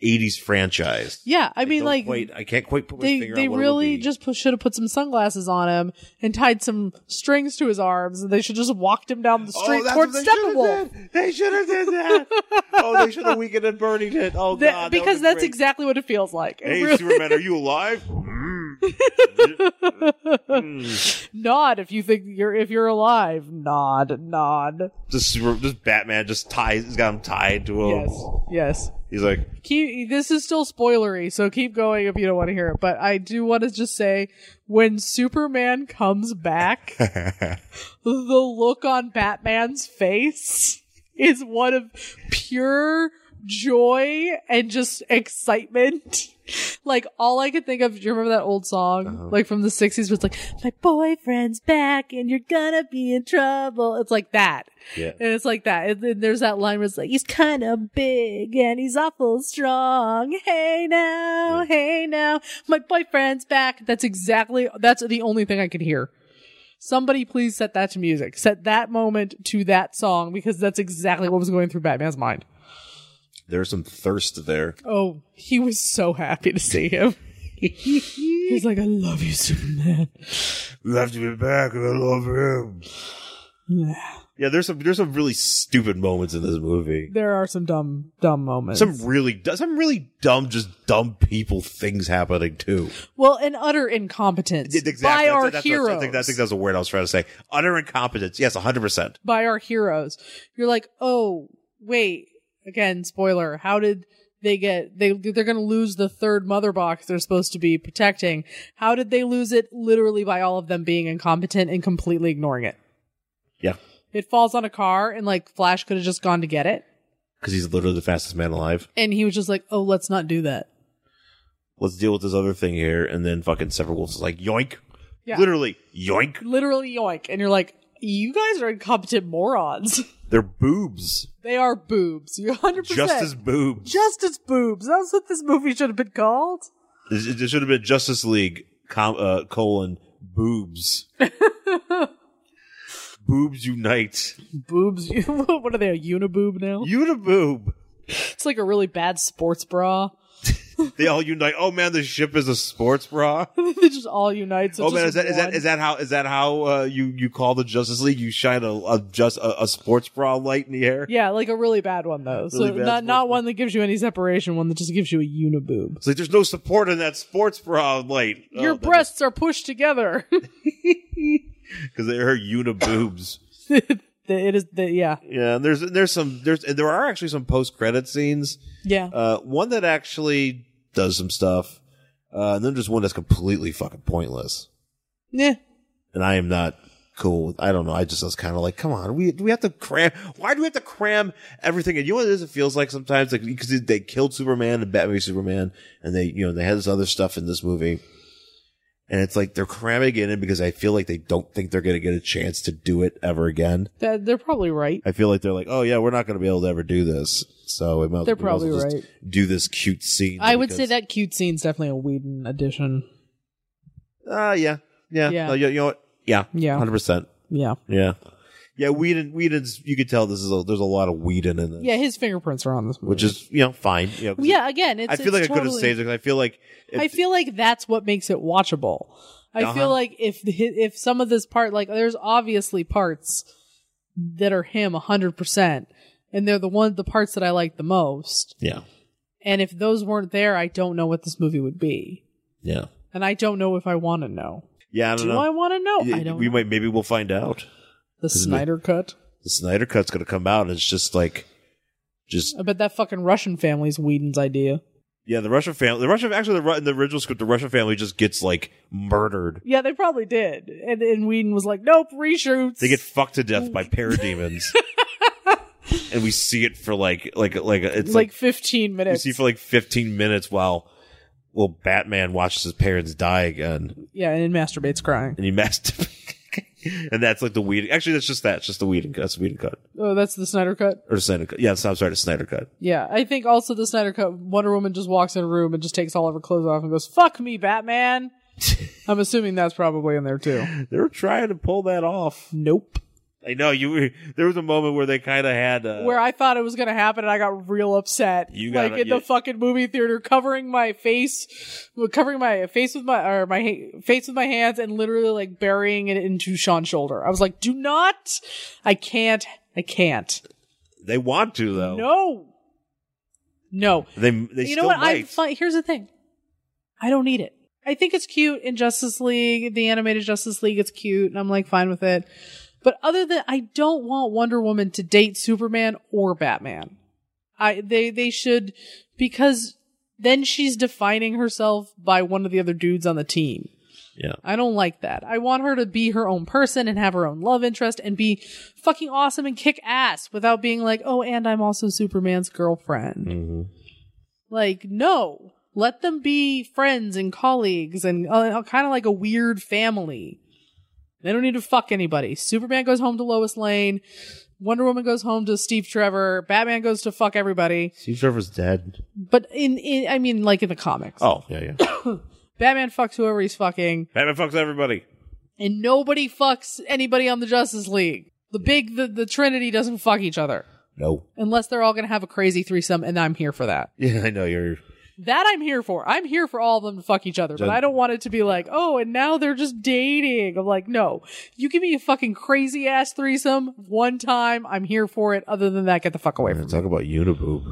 [SPEAKER 3] 80s franchise
[SPEAKER 2] Yeah, I mean,
[SPEAKER 3] don't
[SPEAKER 2] like
[SPEAKER 3] quite, I can't quite put my
[SPEAKER 2] they
[SPEAKER 3] finger
[SPEAKER 2] they
[SPEAKER 3] on what it
[SPEAKER 2] really
[SPEAKER 3] would be.
[SPEAKER 2] just pu- should have put some sunglasses on him and tied some strings to his arms, and they should just walked him down the street
[SPEAKER 3] Oh, that's
[SPEAKER 2] towards
[SPEAKER 3] what they should have
[SPEAKER 2] Steppenwolf.
[SPEAKER 3] did. They should have did that. oh, they should have weakened and burning it. Oh
[SPEAKER 2] That-
[SPEAKER 3] god, that
[SPEAKER 2] because
[SPEAKER 3] would've
[SPEAKER 2] that's
[SPEAKER 3] been great.
[SPEAKER 2] exactly what it feels like. It
[SPEAKER 3] Hey,
[SPEAKER 2] really-
[SPEAKER 3] Superman, are you alive? Mm. Mm.
[SPEAKER 2] nod if you think you're if you're alive. Nod, nod.
[SPEAKER 3] This, super, this Batman just ties. He's got him tied to a.
[SPEAKER 2] Yes, yes.
[SPEAKER 3] He's like,
[SPEAKER 2] keep this is still spoilery so keep going if you don't want to hear it but i do want to just say when superman comes back the look on batman's face is one of pure joy and just excitement like all i could think of do you remember that old song like from the 60s was like my boyfriend's back and you're gonna be in trouble it's like that
[SPEAKER 3] yeah.
[SPEAKER 2] and it's like that. And then there's that line where it's like, he's kind of big and he's awful strong. Hey now, hey now, my boyfriend's back. That's exactly, that's the only thing I could hear. Somebody please set that to music. Set that moment to that song because that's exactly what was going through Batman's mind.
[SPEAKER 3] There's some thirst there.
[SPEAKER 2] Oh, he was so happy to see him. He's like, I love you, Superman.
[SPEAKER 3] You have to be back. I love him. Yeah, there's some there's some really stupid moments in this movie.
[SPEAKER 2] There are some dumb, dumb moments.
[SPEAKER 3] Some really du- some really dumb, just dumb people things happening too.
[SPEAKER 2] well, and utter incompetence by
[SPEAKER 3] That's-
[SPEAKER 2] our
[SPEAKER 3] that's what-
[SPEAKER 2] heroes.
[SPEAKER 3] I think, I think that's the word I was trying to say. Utter incompetence. Yes, 100. percent
[SPEAKER 2] by our heroes. You're like, oh, wait. Again, spoiler. How did they get? They they're going to lose the third mother box they're supposed to be protecting. How did they lose it? Literally by all of them being incompetent and completely ignoring it.
[SPEAKER 3] Yeah,
[SPEAKER 2] It falls on a car, and like Flash could have just gone to get it,
[SPEAKER 3] because he's literally the fastest man alive.
[SPEAKER 2] and he was just like, oh, let's not do that.
[SPEAKER 3] Let's deal with this other thing here, and then fucking Severwolf is like yoink,
[SPEAKER 2] Yeah.
[SPEAKER 3] literally yoink.
[SPEAKER 2] Literally yoink, and you're like, you guys are incompetent morons.
[SPEAKER 3] They're boobs,
[SPEAKER 2] they are boobs. You're hundred percent
[SPEAKER 3] justice boobs.
[SPEAKER 2] Justice boobs. That's what this movie should have been called.
[SPEAKER 3] This- It should have been Justice League com- uh, colon boobs. boobs unite.
[SPEAKER 2] boobs. what are they? A uniboob now?
[SPEAKER 3] Uniboob.
[SPEAKER 2] It's like a really bad sports bra.
[SPEAKER 3] They all unite. Oh man, the ship is a sports bra.
[SPEAKER 2] they just all unite. So
[SPEAKER 3] oh man, is that, is that is that how is that how uh, you you call the Justice League? You shine a a, just, a, a sports bra light in the air.
[SPEAKER 2] Yeah, like a really bad one though. so
[SPEAKER 3] Really
[SPEAKER 2] not
[SPEAKER 3] bad sports
[SPEAKER 2] not one that gives you any separation. One that just gives you a uniboob.
[SPEAKER 3] It's like there's no support in that sports bra light. Oh,
[SPEAKER 2] Your breasts are pushed together.
[SPEAKER 3] because they're her uniboobs.
[SPEAKER 2] it is the, yeah
[SPEAKER 3] yeah, and there's there's some there's and there are actually some post credit scenes.
[SPEAKER 2] yeah.
[SPEAKER 3] Uh, one that actually does some stuff, uh, and then there's one that's completely fucking pointless.
[SPEAKER 2] yeah.
[SPEAKER 3] And I am not cool. with- I don't know. I just was kind of like, come on, we do we have to cram? Why do we have to cram everything? And you know what it is? It feels like sometimes like because they killed Superman and Batman v Superman, and they you know they had this other stuff in this movie. And it's like they're cramming it in because I feel like they don't think they're going to get a chance to do it ever again.
[SPEAKER 2] That, they're probably right.
[SPEAKER 3] I feel like they're like, oh yeah, we're not going to be able to ever do this. So we might,
[SPEAKER 2] They're
[SPEAKER 3] we might as well
[SPEAKER 2] probably
[SPEAKER 3] just Do this cute scene.
[SPEAKER 2] I would
[SPEAKER 3] because-
[SPEAKER 2] say that cute scene's definitely a Whedon addition.
[SPEAKER 3] Ah, yeah, yeah,
[SPEAKER 2] Yeah.
[SPEAKER 3] No, you, you know what? Yeah,
[SPEAKER 2] Yeah.
[SPEAKER 3] hundred percent.
[SPEAKER 2] Yeah.
[SPEAKER 3] Yeah, yeah. Whedon, Whedon's. You could tell this is a, there's a lot of Whedon in this.
[SPEAKER 2] Yeah, his fingerprints are on this movie.
[SPEAKER 3] which is you know fine. You know, 'cause
[SPEAKER 2] yeah. Again, it's
[SPEAKER 3] I feel
[SPEAKER 2] it's
[SPEAKER 3] like I could have
[SPEAKER 2] totally-
[SPEAKER 3] saved it. 'cause I feel like if,
[SPEAKER 2] I feel like that's what makes it watchable. I feel
[SPEAKER 3] Uh-huh.
[SPEAKER 2] like if the- if some of this part, like there's obviously parts that are him hundred percent, and they're the one the parts that I like the most.
[SPEAKER 3] yeah,
[SPEAKER 2] And if those weren't there, I don't know what this movie would be,
[SPEAKER 3] yeah, and
[SPEAKER 2] and I don't know if I want to know.
[SPEAKER 3] yeah. I don't
[SPEAKER 2] Do
[SPEAKER 3] know.
[SPEAKER 2] I want to know?
[SPEAKER 3] Yeah,
[SPEAKER 2] I don't.
[SPEAKER 3] we
[SPEAKER 2] know.
[SPEAKER 3] might maybe we'll find out.
[SPEAKER 2] the Snyder cut.
[SPEAKER 3] The Snyder cut's gonna come out. and It's just like, just
[SPEAKER 2] I bet that fucking Russian family's Whedon's idea. The
[SPEAKER 3] yeah. The Russian family. The Russian actually the, Ru- in the original script, the Russian family just gets like murdered.
[SPEAKER 2] Yeah, they probably did, and and Whedon was like, "Nope, reshoots."
[SPEAKER 3] They get fucked to death
[SPEAKER 2] Oh
[SPEAKER 3] by parademons. and we see it for like like like it's
[SPEAKER 2] like
[SPEAKER 3] like,
[SPEAKER 2] fifteen
[SPEAKER 3] we
[SPEAKER 2] minutes.
[SPEAKER 3] see for like 15 minutes while well, Batman watches his parents die again,
[SPEAKER 2] Yeah, and masturbates crying.
[SPEAKER 3] and he masturbates. and that's like the weed. Actually, that's just that. It's just the weed. That's the weed cut
[SPEAKER 2] Oh, that's the Snyder cut.
[SPEAKER 3] or Snyder cut. Yeah, it's- I'm sorry, the Snyder cut.
[SPEAKER 2] Yeah, I think also the Snyder cut. Wonder Woman just walks in a room and just takes all of her clothes off and goes, "Fuck me, Batman." I'm assuming that's probably in there too.
[SPEAKER 3] They were trying to pull that off.
[SPEAKER 2] Nope.
[SPEAKER 3] I know you. Were, there was a moment where they kind of had. Uh,
[SPEAKER 2] Where I thought it was gonna happen, and I got real upset.
[SPEAKER 3] You
[SPEAKER 2] like
[SPEAKER 3] gotta-
[SPEAKER 2] in
[SPEAKER 3] you-
[SPEAKER 2] the fucking movie theater, covering my face, covering my face with my or my ha- face with my hands, and literally like burying it into Sean's shoulder. I was like, "Do not! I can't! I can't!
[SPEAKER 3] they want to though.
[SPEAKER 2] No, no!"
[SPEAKER 3] They they
[SPEAKER 2] you
[SPEAKER 3] still
[SPEAKER 2] know what? I
[SPEAKER 3] might.
[SPEAKER 2] fi- here's the thing. I don't need it. I think it's cute in Justice League, the animated Justice League. It's cute, and I'm like fine with it. But other than, I don't want Wonder Woman to date Superman or Batman. I they they should because then she's defining herself by one of the other dudes on the team.
[SPEAKER 3] yeah.
[SPEAKER 2] I don't like that. I want her to be her own person and have her own love interest and be fucking awesome and kick ass without being like, oh, and I'm also Superman's girlfriend.
[SPEAKER 3] Mm-hmm.
[SPEAKER 2] Like, no, let them be friends and colleagues and uh, kind of like a weird family. They don't need to fuck anybody. Superman goes home to Lois Lane. Wonder Woman goes home to Steve Trevor. Batman goes to fuck everybody.
[SPEAKER 3] Steve Trevor's dead.
[SPEAKER 2] But in, in I mean, like in the comics,
[SPEAKER 3] Oh yeah yeah.
[SPEAKER 2] Batman fucks whoever he's fucking.
[SPEAKER 3] Batman fucks everybody.
[SPEAKER 2] and nobody fucks anybody on the Justice League. The big the, the Trinity doesn't fuck each other
[SPEAKER 3] No.
[SPEAKER 2] unless they're all going to have a crazy threesome and I'm here for that.
[SPEAKER 3] Yeah, I know you're.
[SPEAKER 2] That I'm here for. I'm here for all of them to fuck each other, but
[SPEAKER 3] Ju-
[SPEAKER 2] I don't want it to be like, "Oh, and now they're just dating." I'm like, "No. You give me a fucking crazy ass threesome one time, I'm here for it. Other than that, get the fuck away from me."
[SPEAKER 3] Talk about Uniboob.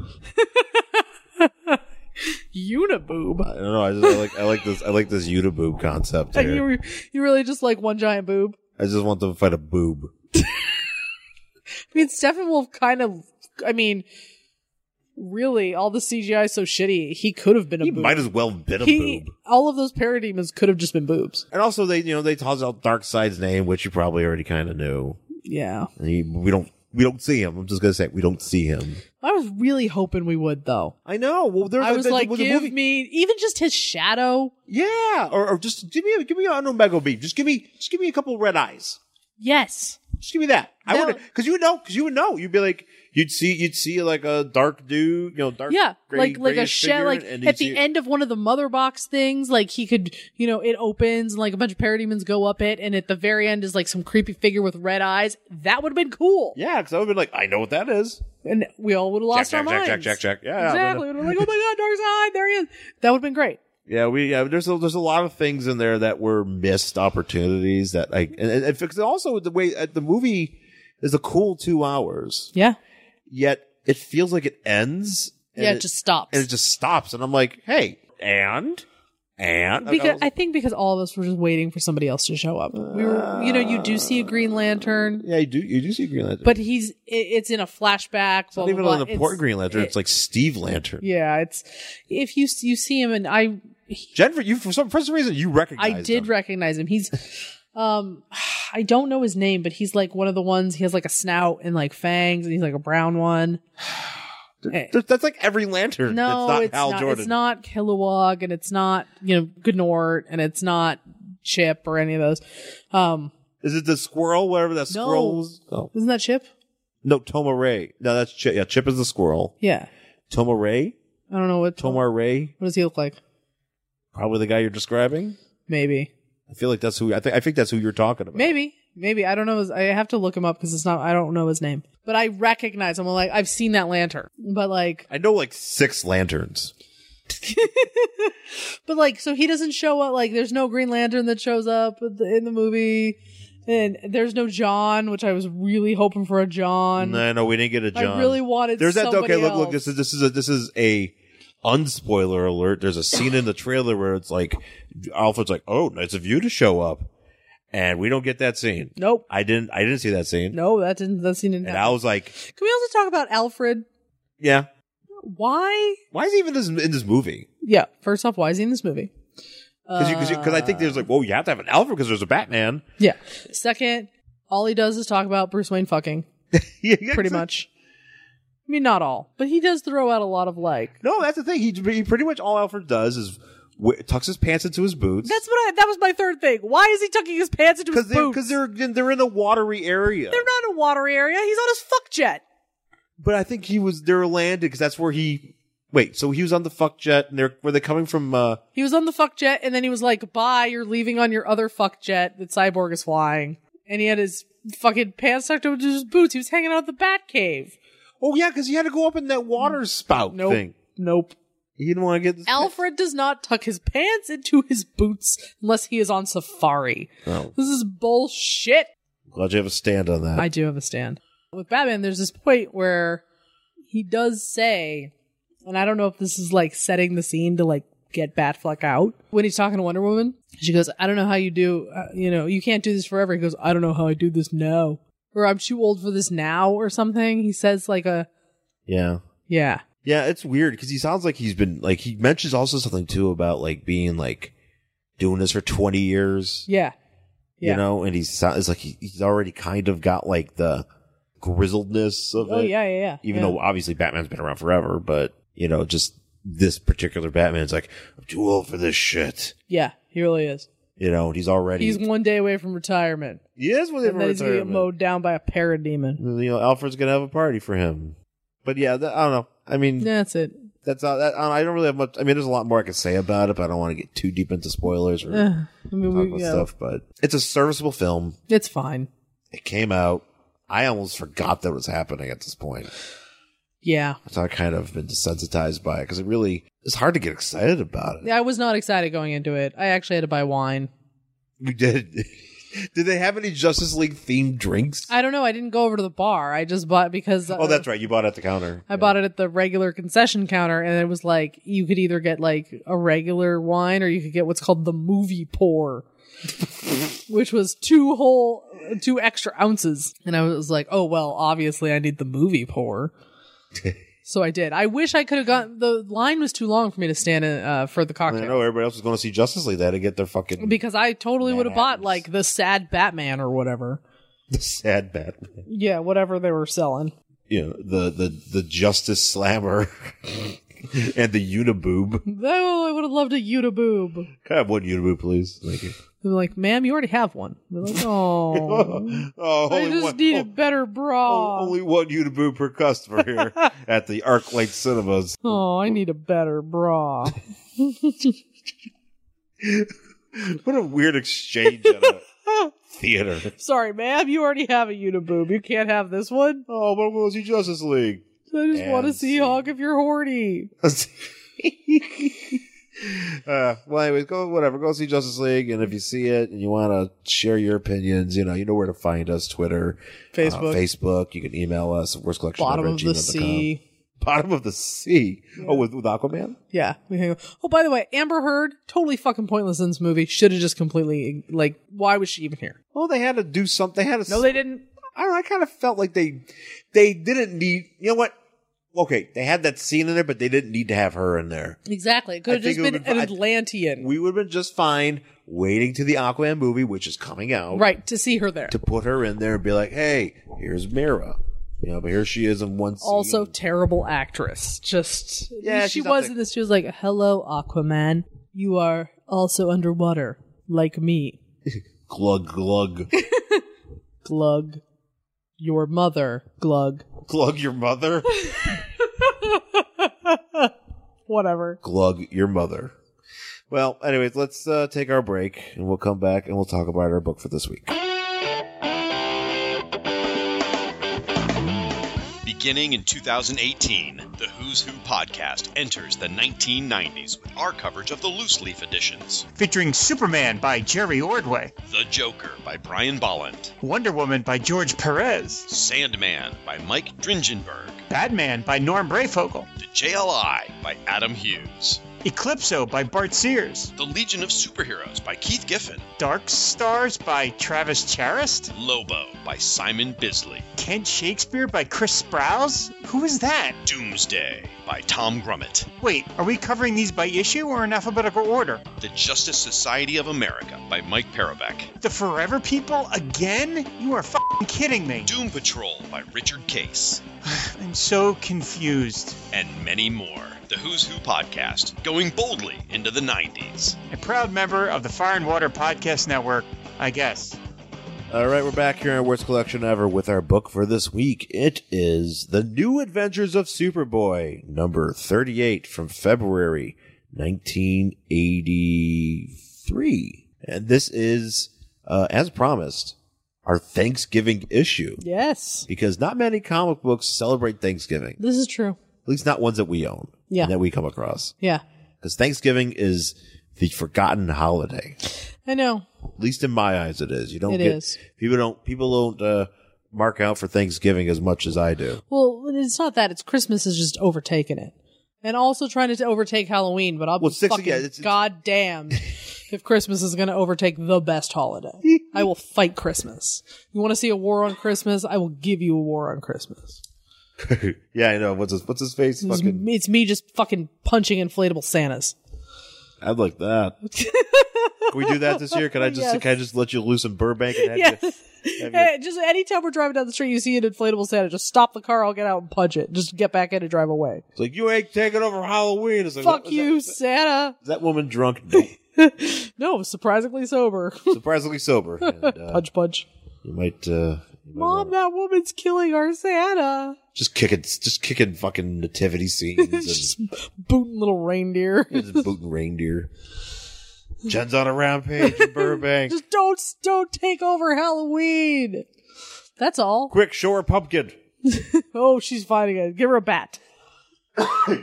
[SPEAKER 3] I
[SPEAKER 2] Uniboob.
[SPEAKER 3] don't know. I just I like I like this I like this Uniboob concept.
[SPEAKER 2] And
[SPEAKER 3] Here.
[SPEAKER 2] you you really just like one giant boob.
[SPEAKER 3] I just want them to fight a boob.
[SPEAKER 2] I mean, Steppenwolf kind of. I mean, really, all the CGI is so shitty. He could have been a
[SPEAKER 3] He
[SPEAKER 2] boob.
[SPEAKER 3] might as well have been a
[SPEAKER 2] He-
[SPEAKER 3] boob.
[SPEAKER 2] all of those parademons could have just been boobs.
[SPEAKER 3] And also, they you know they toss out Darkseid's name, which you probably already kind of knew.
[SPEAKER 2] Yeah,
[SPEAKER 3] And he- we don't we don't see him. I'm just gonna say we don't see him.
[SPEAKER 2] I was really hoping we would, though.
[SPEAKER 3] I know. Well, there,
[SPEAKER 2] I was
[SPEAKER 3] there
[SPEAKER 2] like,
[SPEAKER 3] was a
[SPEAKER 2] give
[SPEAKER 3] movie-
[SPEAKER 2] me even just his shadow.
[SPEAKER 3] yeah, or, or just give me a, give me an omega beam. Just give me just give me a couple red eyes.
[SPEAKER 2] Yes,
[SPEAKER 3] Just give me that. I
[SPEAKER 2] No.
[SPEAKER 3] would because you would know because you would know. You'd be like you'd see you'd see like a dark dude, you know, dark
[SPEAKER 2] yeah,
[SPEAKER 3] gray-
[SPEAKER 2] like like a
[SPEAKER 3] grayish
[SPEAKER 2] shadow.
[SPEAKER 3] figure,
[SPEAKER 2] Like
[SPEAKER 3] and
[SPEAKER 2] at
[SPEAKER 3] you'd see-
[SPEAKER 2] the end of one of the mother box things, like he could, you know, it opens and like a bunch of parademons go up it, and at the very end is like some creepy figure with red eyes. That would have been cool,
[SPEAKER 3] Yeah, because I would be like, I know what that is.
[SPEAKER 2] and we all would have lost our
[SPEAKER 3] Jack, Jack, Jack,
[SPEAKER 2] minds.
[SPEAKER 3] Jack, Jack, Jack. Yeah,
[SPEAKER 2] exactly. We'd have been like, oh my god, Dark Side, there he is. That would have been great.
[SPEAKER 3] Yeah, we yeah. There's a, there's a lot of things in there that were missed opportunities that I and, and, and fix- also the way uh, the movie is a cool two hours,
[SPEAKER 2] Yeah.
[SPEAKER 3] yet it feels like it ends. And
[SPEAKER 2] yeah, it, just stops.
[SPEAKER 3] and it just stops, and I'm like, hey, and and Like, I
[SPEAKER 2] because
[SPEAKER 3] was-
[SPEAKER 2] I think because all of us were just waiting for somebody else to show up. We were, you know, you do see a Green Lantern,
[SPEAKER 3] yeah, you do you do see Green Lantern,
[SPEAKER 2] but he's it, it's in a flashback.
[SPEAKER 3] it's not even an important Green Lantern. it's like Steve Lantern.
[SPEAKER 2] yeah, it's if you you see him and I
[SPEAKER 3] Jennifer, you for some for some reason you recognize.
[SPEAKER 2] I did recognize him. He's um I don't know his name, but he's like one of the ones he has like a snout and like fangs and he's like a brown one. Eh.
[SPEAKER 3] Th- That's like every lantern.
[SPEAKER 2] No,
[SPEAKER 3] that's not
[SPEAKER 2] it's
[SPEAKER 3] Hal
[SPEAKER 2] not.
[SPEAKER 3] Jordan.
[SPEAKER 2] It's not Kilowog, and it's not you know Gnort, and it's not Chip or any of those. Um,
[SPEAKER 3] Is it the squirrel? Whatever that
[SPEAKER 2] No.
[SPEAKER 3] squirrel was. Oh.
[SPEAKER 2] isn't that Chip?
[SPEAKER 3] No, Toma Ray. No, that's Chip. Yeah, Chip is the squirrel.
[SPEAKER 2] Yeah,
[SPEAKER 3] Toma Ray?
[SPEAKER 2] I don't know what.
[SPEAKER 3] Tomar Ray?
[SPEAKER 2] What does he look like?
[SPEAKER 3] Probably the guy you're describing.
[SPEAKER 2] Maybe,
[SPEAKER 3] I feel like that's who I think I think that's who you're talking about.
[SPEAKER 2] maybe, maybe. I don't know. His, I have to look him up because it's not. I don't know his name, but I recognize him. I'm like, I've seen that lantern, but like,
[SPEAKER 3] I know like six lanterns.
[SPEAKER 2] but like, so he doesn't show up. Like, there's no Green Lantern that shows up at the- in the movie. And there's no John, which I was really hoping for a John.
[SPEAKER 3] No, no, we didn't get a John.
[SPEAKER 2] I really wanted.
[SPEAKER 3] There's that
[SPEAKER 2] somebody
[SPEAKER 3] okay, look, look,
[SPEAKER 2] else.
[SPEAKER 3] this is this is a this is a unspoiler alert. There's a scene in the trailer where it's like Alfred's like, Oh, nice of you to show up. And we don't get that scene.
[SPEAKER 2] Nope.
[SPEAKER 3] I didn't I didn't see that scene.
[SPEAKER 2] No, that didn't. That scene didn't
[SPEAKER 3] And
[SPEAKER 2] happen.
[SPEAKER 3] I was like,
[SPEAKER 2] Can we also talk about Alfred?
[SPEAKER 3] Yeah.
[SPEAKER 2] Why?
[SPEAKER 3] Why is he even in this movie?
[SPEAKER 2] Yeah. First off, why is he in this movie? Uh,
[SPEAKER 3] Because because I think there's like, well, you have to have an Alfred because there's a Batman.
[SPEAKER 2] Yeah. Second, all he does is talk about Bruce Wayne fucking,
[SPEAKER 3] Yeah,
[SPEAKER 2] pretty
[SPEAKER 3] exactly.
[SPEAKER 2] much. I mean, not all, but he does throw out a lot of like.
[SPEAKER 3] No, that's the thing. He, he pretty much all Alfred does is w- tucks his pants into his boots.
[SPEAKER 2] That's what I. That was my third thing. Why is he tucking his pants into his
[SPEAKER 3] because they're
[SPEAKER 2] boots?
[SPEAKER 3] because they're they're in a watery area.
[SPEAKER 2] They're not in a watery area. He's on his fuck jet.
[SPEAKER 3] But I think he was they're landed because that's where he wait. So he was on the fuck jet, and they're were they coming from? uh
[SPEAKER 2] He was on the fuck jet, and then he was like, "Bye, you're leaving on your other fuck jet that Cyborg is flying." And he had his fucking pants tucked into his boots. He was hanging out at the Bat Cave.
[SPEAKER 3] Oh yeah, because he had to go up in that water spout
[SPEAKER 2] Nope.
[SPEAKER 3] thing.
[SPEAKER 2] Nope.
[SPEAKER 3] He didn't want to get this.
[SPEAKER 2] Alfred does not tuck his pants into his boots unless he is on safari.
[SPEAKER 3] Oh,
[SPEAKER 2] This is bullshit.
[SPEAKER 3] glad you have a stand on that.
[SPEAKER 2] I do have a stand. With Batman, there's this point where he does say, and I don't know if this is like setting the scene to like get Batfleck out. When he's talking to Wonder Woman, she goes, I don't know how you do, uh, you know, you can't do this forever. He goes, I don't know how I do this now. Or I'm too old for this now or something. He says like a,
[SPEAKER 3] yeah.
[SPEAKER 2] yeah.
[SPEAKER 3] Yeah, it's weird because he sounds like he's been like he mentions also something too about like being like doing this for twenty years,
[SPEAKER 2] Yeah. Yeah.
[SPEAKER 3] you know, and he's it's like he, he's already kind of got like the grizzledness of
[SPEAKER 2] Oh,
[SPEAKER 3] it.
[SPEAKER 2] yeah, yeah, yeah.
[SPEAKER 3] Even
[SPEAKER 2] Yeah.
[SPEAKER 3] though obviously Batman's been around forever, but you know, just this particular Batman's like I'm too old for this shit,
[SPEAKER 2] Yeah, he really is.
[SPEAKER 3] you know, and he's already
[SPEAKER 2] He's one day away from retirement.
[SPEAKER 3] he is when they
[SPEAKER 2] And then he's going to get
[SPEAKER 3] retirement.
[SPEAKER 2] mowed down by a parademon.
[SPEAKER 3] You know, Alfred's gonna have a party for him, but yeah, that, I don't know. I mean,
[SPEAKER 2] That's it.
[SPEAKER 3] that's all. That, I don't really have much. I mean, there's a lot more I could say about it, but I don't want to get too deep into spoilers or
[SPEAKER 2] Ugh. I mean,
[SPEAKER 3] talk
[SPEAKER 2] Uh, we,
[SPEAKER 3] about
[SPEAKER 2] yeah,
[SPEAKER 3] stuff. But it's a serviceable film.
[SPEAKER 2] It's fine.
[SPEAKER 3] It came out. I almost forgot that was happening at this point.
[SPEAKER 2] Yeah.
[SPEAKER 3] So I kind of been desensitized by it because it really it's hard to get excited about it.
[SPEAKER 2] I was not excited going into it. I actually had to buy wine.
[SPEAKER 3] You did. Did they have any Justice League themed drinks?
[SPEAKER 2] I don't know. I didn't go over to the bar. I just bought because uh,
[SPEAKER 3] oh, that's right. You bought it at the counter.
[SPEAKER 2] I bought it at the regular concession counter, and it was like you could either get like a regular wine or you could get what's called the movie pour, which was two whole, two extra ounces. And I was like, oh well, obviously I need the movie pour. So I did. I wish I could have gotten the line was too long for me to stand in, uh, for the
[SPEAKER 3] I
[SPEAKER 2] cocktail.
[SPEAKER 3] know everybody else was going to see Justice League. They had to get their fucking
[SPEAKER 2] because I totally would have bought
[SPEAKER 3] Manhattans.
[SPEAKER 2] like the sad Batman or whatever.
[SPEAKER 3] sad Batman.
[SPEAKER 2] Yeah, whatever they were selling.
[SPEAKER 3] You know the the the Justice Slammer and the Uniboob.
[SPEAKER 2] Oh, I would have loved a Uniboob. They'd
[SPEAKER 3] Can I have one Uniboo, please? Thank you.
[SPEAKER 2] be like, ma'am, you already have one. They're like, oh,
[SPEAKER 3] Oh, oh,
[SPEAKER 2] I
[SPEAKER 3] only
[SPEAKER 2] just
[SPEAKER 3] one,
[SPEAKER 2] need
[SPEAKER 3] oh,
[SPEAKER 2] a better
[SPEAKER 3] oh,
[SPEAKER 2] bra. Oh,
[SPEAKER 3] only one Uniboo per customer here at the ArcLight Cinemas.
[SPEAKER 2] I need a better bra.
[SPEAKER 3] What a weird exchange at a theater.
[SPEAKER 2] Sorry, ma'am, you already have a Uniboob. You can't have this one.
[SPEAKER 3] Oh, but I'm going to see Justice League.
[SPEAKER 2] I just want to
[SPEAKER 3] And
[SPEAKER 2] see
[SPEAKER 3] scene.
[SPEAKER 2] Hawk if you're horny.
[SPEAKER 3] uh, well, anyways, go whatever. Go see Justice League, and if you see it and you want to share your opinions, you know you know where to find us: Twitter,
[SPEAKER 2] Facebook.
[SPEAKER 3] uh, Facebook. You can email us at worstcollectionever@gmail.com.
[SPEAKER 2] Bottom of the sea.
[SPEAKER 3] Bottom of the sea. Oh, with, with Aquaman.
[SPEAKER 2] Yeah. we hang- Oh, by the way, Amber Heard, totally fucking pointless in this movie. Should have just completely, like, why was she even here?
[SPEAKER 3] Well, Oh, they had to do something. They had to.
[SPEAKER 2] No, they didn't.
[SPEAKER 3] I don't know, I kind of felt like they they didn't need. You know what? Okay, they had that scene in there, but they didn't need to have her in there.
[SPEAKER 2] Exactly. It could have
[SPEAKER 3] think
[SPEAKER 2] just
[SPEAKER 3] it would
[SPEAKER 2] been,
[SPEAKER 3] be fi-
[SPEAKER 2] an
[SPEAKER 3] I-
[SPEAKER 2] Atlantean.
[SPEAKER 3] We would have been just fine waiting to the Aquaman movie, which is coming out,
[SPEAKER 2] right, to see her there.
[SPEAKER 3] to put her in there and be like, "Hey, here's Mira." You know, but here she is in one scene.
[SPEAKER 2] Also, terrible actress. Just
[SPEAKER 3] Yeah,
[SPEAKER 2] she
[SPEAKER 3] she's not
[SPEAKER 2] was
[SPEAKER 3] the-
[SPEAKER 2] in this. She was like, "Hello, Aquaman. You are also underwater, like me.
[SPEAKER 3] glug glug
[SPEAKER 2] Glug, your mother. Glug.
[SPEAKER 3] glug your mother,
[SPEAKER 2] Whatever.
[SPEAKER 3] glug your mother. Well, anyways, let's uh, take our break and we'll come back and we'll talk about our book for this week.
[SPEAKER 4] Beginning in 2018, the Who's Who podcast enters the 1990s with our coverage of the loose leaf editions
[SPEAKER 5] featuring Superman by Jerry Ordway,
[SPEAKER 4] The Joker by Brian Bolland,
[SPEAKER 5] Wonder Woman by George Perez,
[SPEAKER 4] Sandman by Mike Dringenberg,
[SPEAKER 5] Batman by Norm Brayfogle,
[SPEAKER 4] The JLI by Adam Hughes,
[SPEAKER 5] Eclipso by Bart Sears,
[SPEAKER 4] The Legion of Superheroes by Keith Giffen,
[SPEAKER 5] Dark Stars by Travis Charest,
[SPEAKER 4] Lobo by Simon Bisley,
[SPEAKER 5] Kent Shakespeare by Chris Sprouse. Who is that?
[SPEAKER 4] Doomsday by Tom Grummett,
[SPEAKER 5] Wait, are we covering these by issue or in alphabetical order?
[SPEAKER 4] The Justice Society of America by Mike Parabek,
[SPEAKER 5] The Forever People again? You are fing kidding me.
[SPEAKER 4] Doom Patrol by Richard Case,
[SPEAKER 5] I'm so confused.
[SPEAKER 4] and many more. The Who's Who Podcast, going boldly into the 90s.
[SPEAKER 5] A proud member of the Fire and Water Podcast Network, I guess.
[SPEAKER 3] All right, we're back here on Worst Collection Ever with our book for this week. It is The New Adventures of Superboy, number 38 from February 1983. And this is, uh, as promised, our Thanksgiving issue
[SPEAKER 2] Yes.
[SPEAKER 3] because not many comic books celebrate Thanksgiving,
[SPEAKER 2] This is true.
[SPEAKER 3] at least not ones that we own
[SPEAKER 2] Yeah.
[SPEAKER 3] and that we come across.
[SPEAKER 2] Yeah.
[SPEAKER 3] Because Thanksgiving is the forgotten holiday.
[SPEAKER 2] I know.
[SPEAKER 3] At least in my eyes, it is. You don't
[SPEAKER 2] It
[SPEAKER 3] get
[SPEAKER 2] is.
[SPEAKER 3] people don't people don't uh, mark out for Thanksgiving as much as I do.
[SPEAKER 2] Well, it's not that. It's Christmas is just overtaken it. And also trying to overtake Halloween, but I'll
[SPEAKER 3] Well,
[SPEAKER 2] be
[SPEAKER 3] six-
[SPEAKER 2] fucking
[SPEAKER 3] yeah, it's- it's-
[SPEAKER 2] goddamn if Christmas is going to overtake the best holiday. I will fight Christmas. You want to see a war on Christmas? I will give you a war on Christmas.
[SPEAKER 3] yeah, I know. What's his What's his face?
[SPEAKER 2] It's,
[SPEAKER 3] Fucking,
[SPEAKER 2] it's me just fucking punching inflatable Santas.
[SPEAKER 3] I'd like that. Can we do that this year? Can I just
[SPEAKER 2] Yes.
[SPEAKER 3] Can I just let you loose in Burbank? And have
[SPEAKER 2] Yeah.
[SPEAKER 3] you,
[SPEAKER 2] Hey, Eh, just anytime we're driving down the street, you see an inflatable Santa, just stop the car. I'll get out and punch it. Just get back in and drive away.
[SPEAKER 3] it's like you ain't taking over Halloween. It's like,
[SPEAKER 2] Fuck
[SPEAKER 3] what-
[SPEAKER 2] you,
[SPEAKER 3] Is that,
[SPEAKER 2] Santa.
[SPEAKER 3] is that woman drunk? Nope.
[SPEAKER 2] No, surprisingly sober.
[SPEAKER 3] Surprisingly sober. And, uh,
[SPEAKER 2] punch, punch.
[SPEAKER 3] you might. Uh, you might
[SPEAKER 2] Mom, that woman's killing our Santa.
[SPEAKER 3] just kicking, just kicking fucking nativity scenes and
[SPEAKER 2] just booting little reindeer.
[SPEAKER 3] just booting reindeer. Jen's on a rampage in Burbank.
[SPEAKER 2] Just don't don't take over Halloween. That's all.
[SPEAKER 3] Quick, show her pumpkin.
[SPEAKER 2] Oh, she's fighting it. Give her a bat.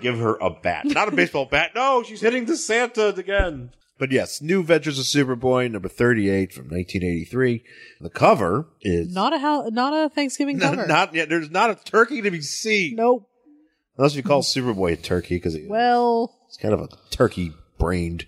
[SPEAKER 3] Give her a bat. Not a baseball bat. No, she's hitting the Santa again. But yes, New Adventures of Superboy, number 38 from 1983. The cover is
[SPEAKER 2] Not a hal- not a Thanksgiving cover.
[SPEAKER 3] not yet. There's not a turkey to be seen.
[SPEAKER 2] nope.
[SPEAKER 3] Unless you call Superboy a turkey because he's
[SPEAKER 2] Well,
[SPEAKER 3] kind of a turkey brained.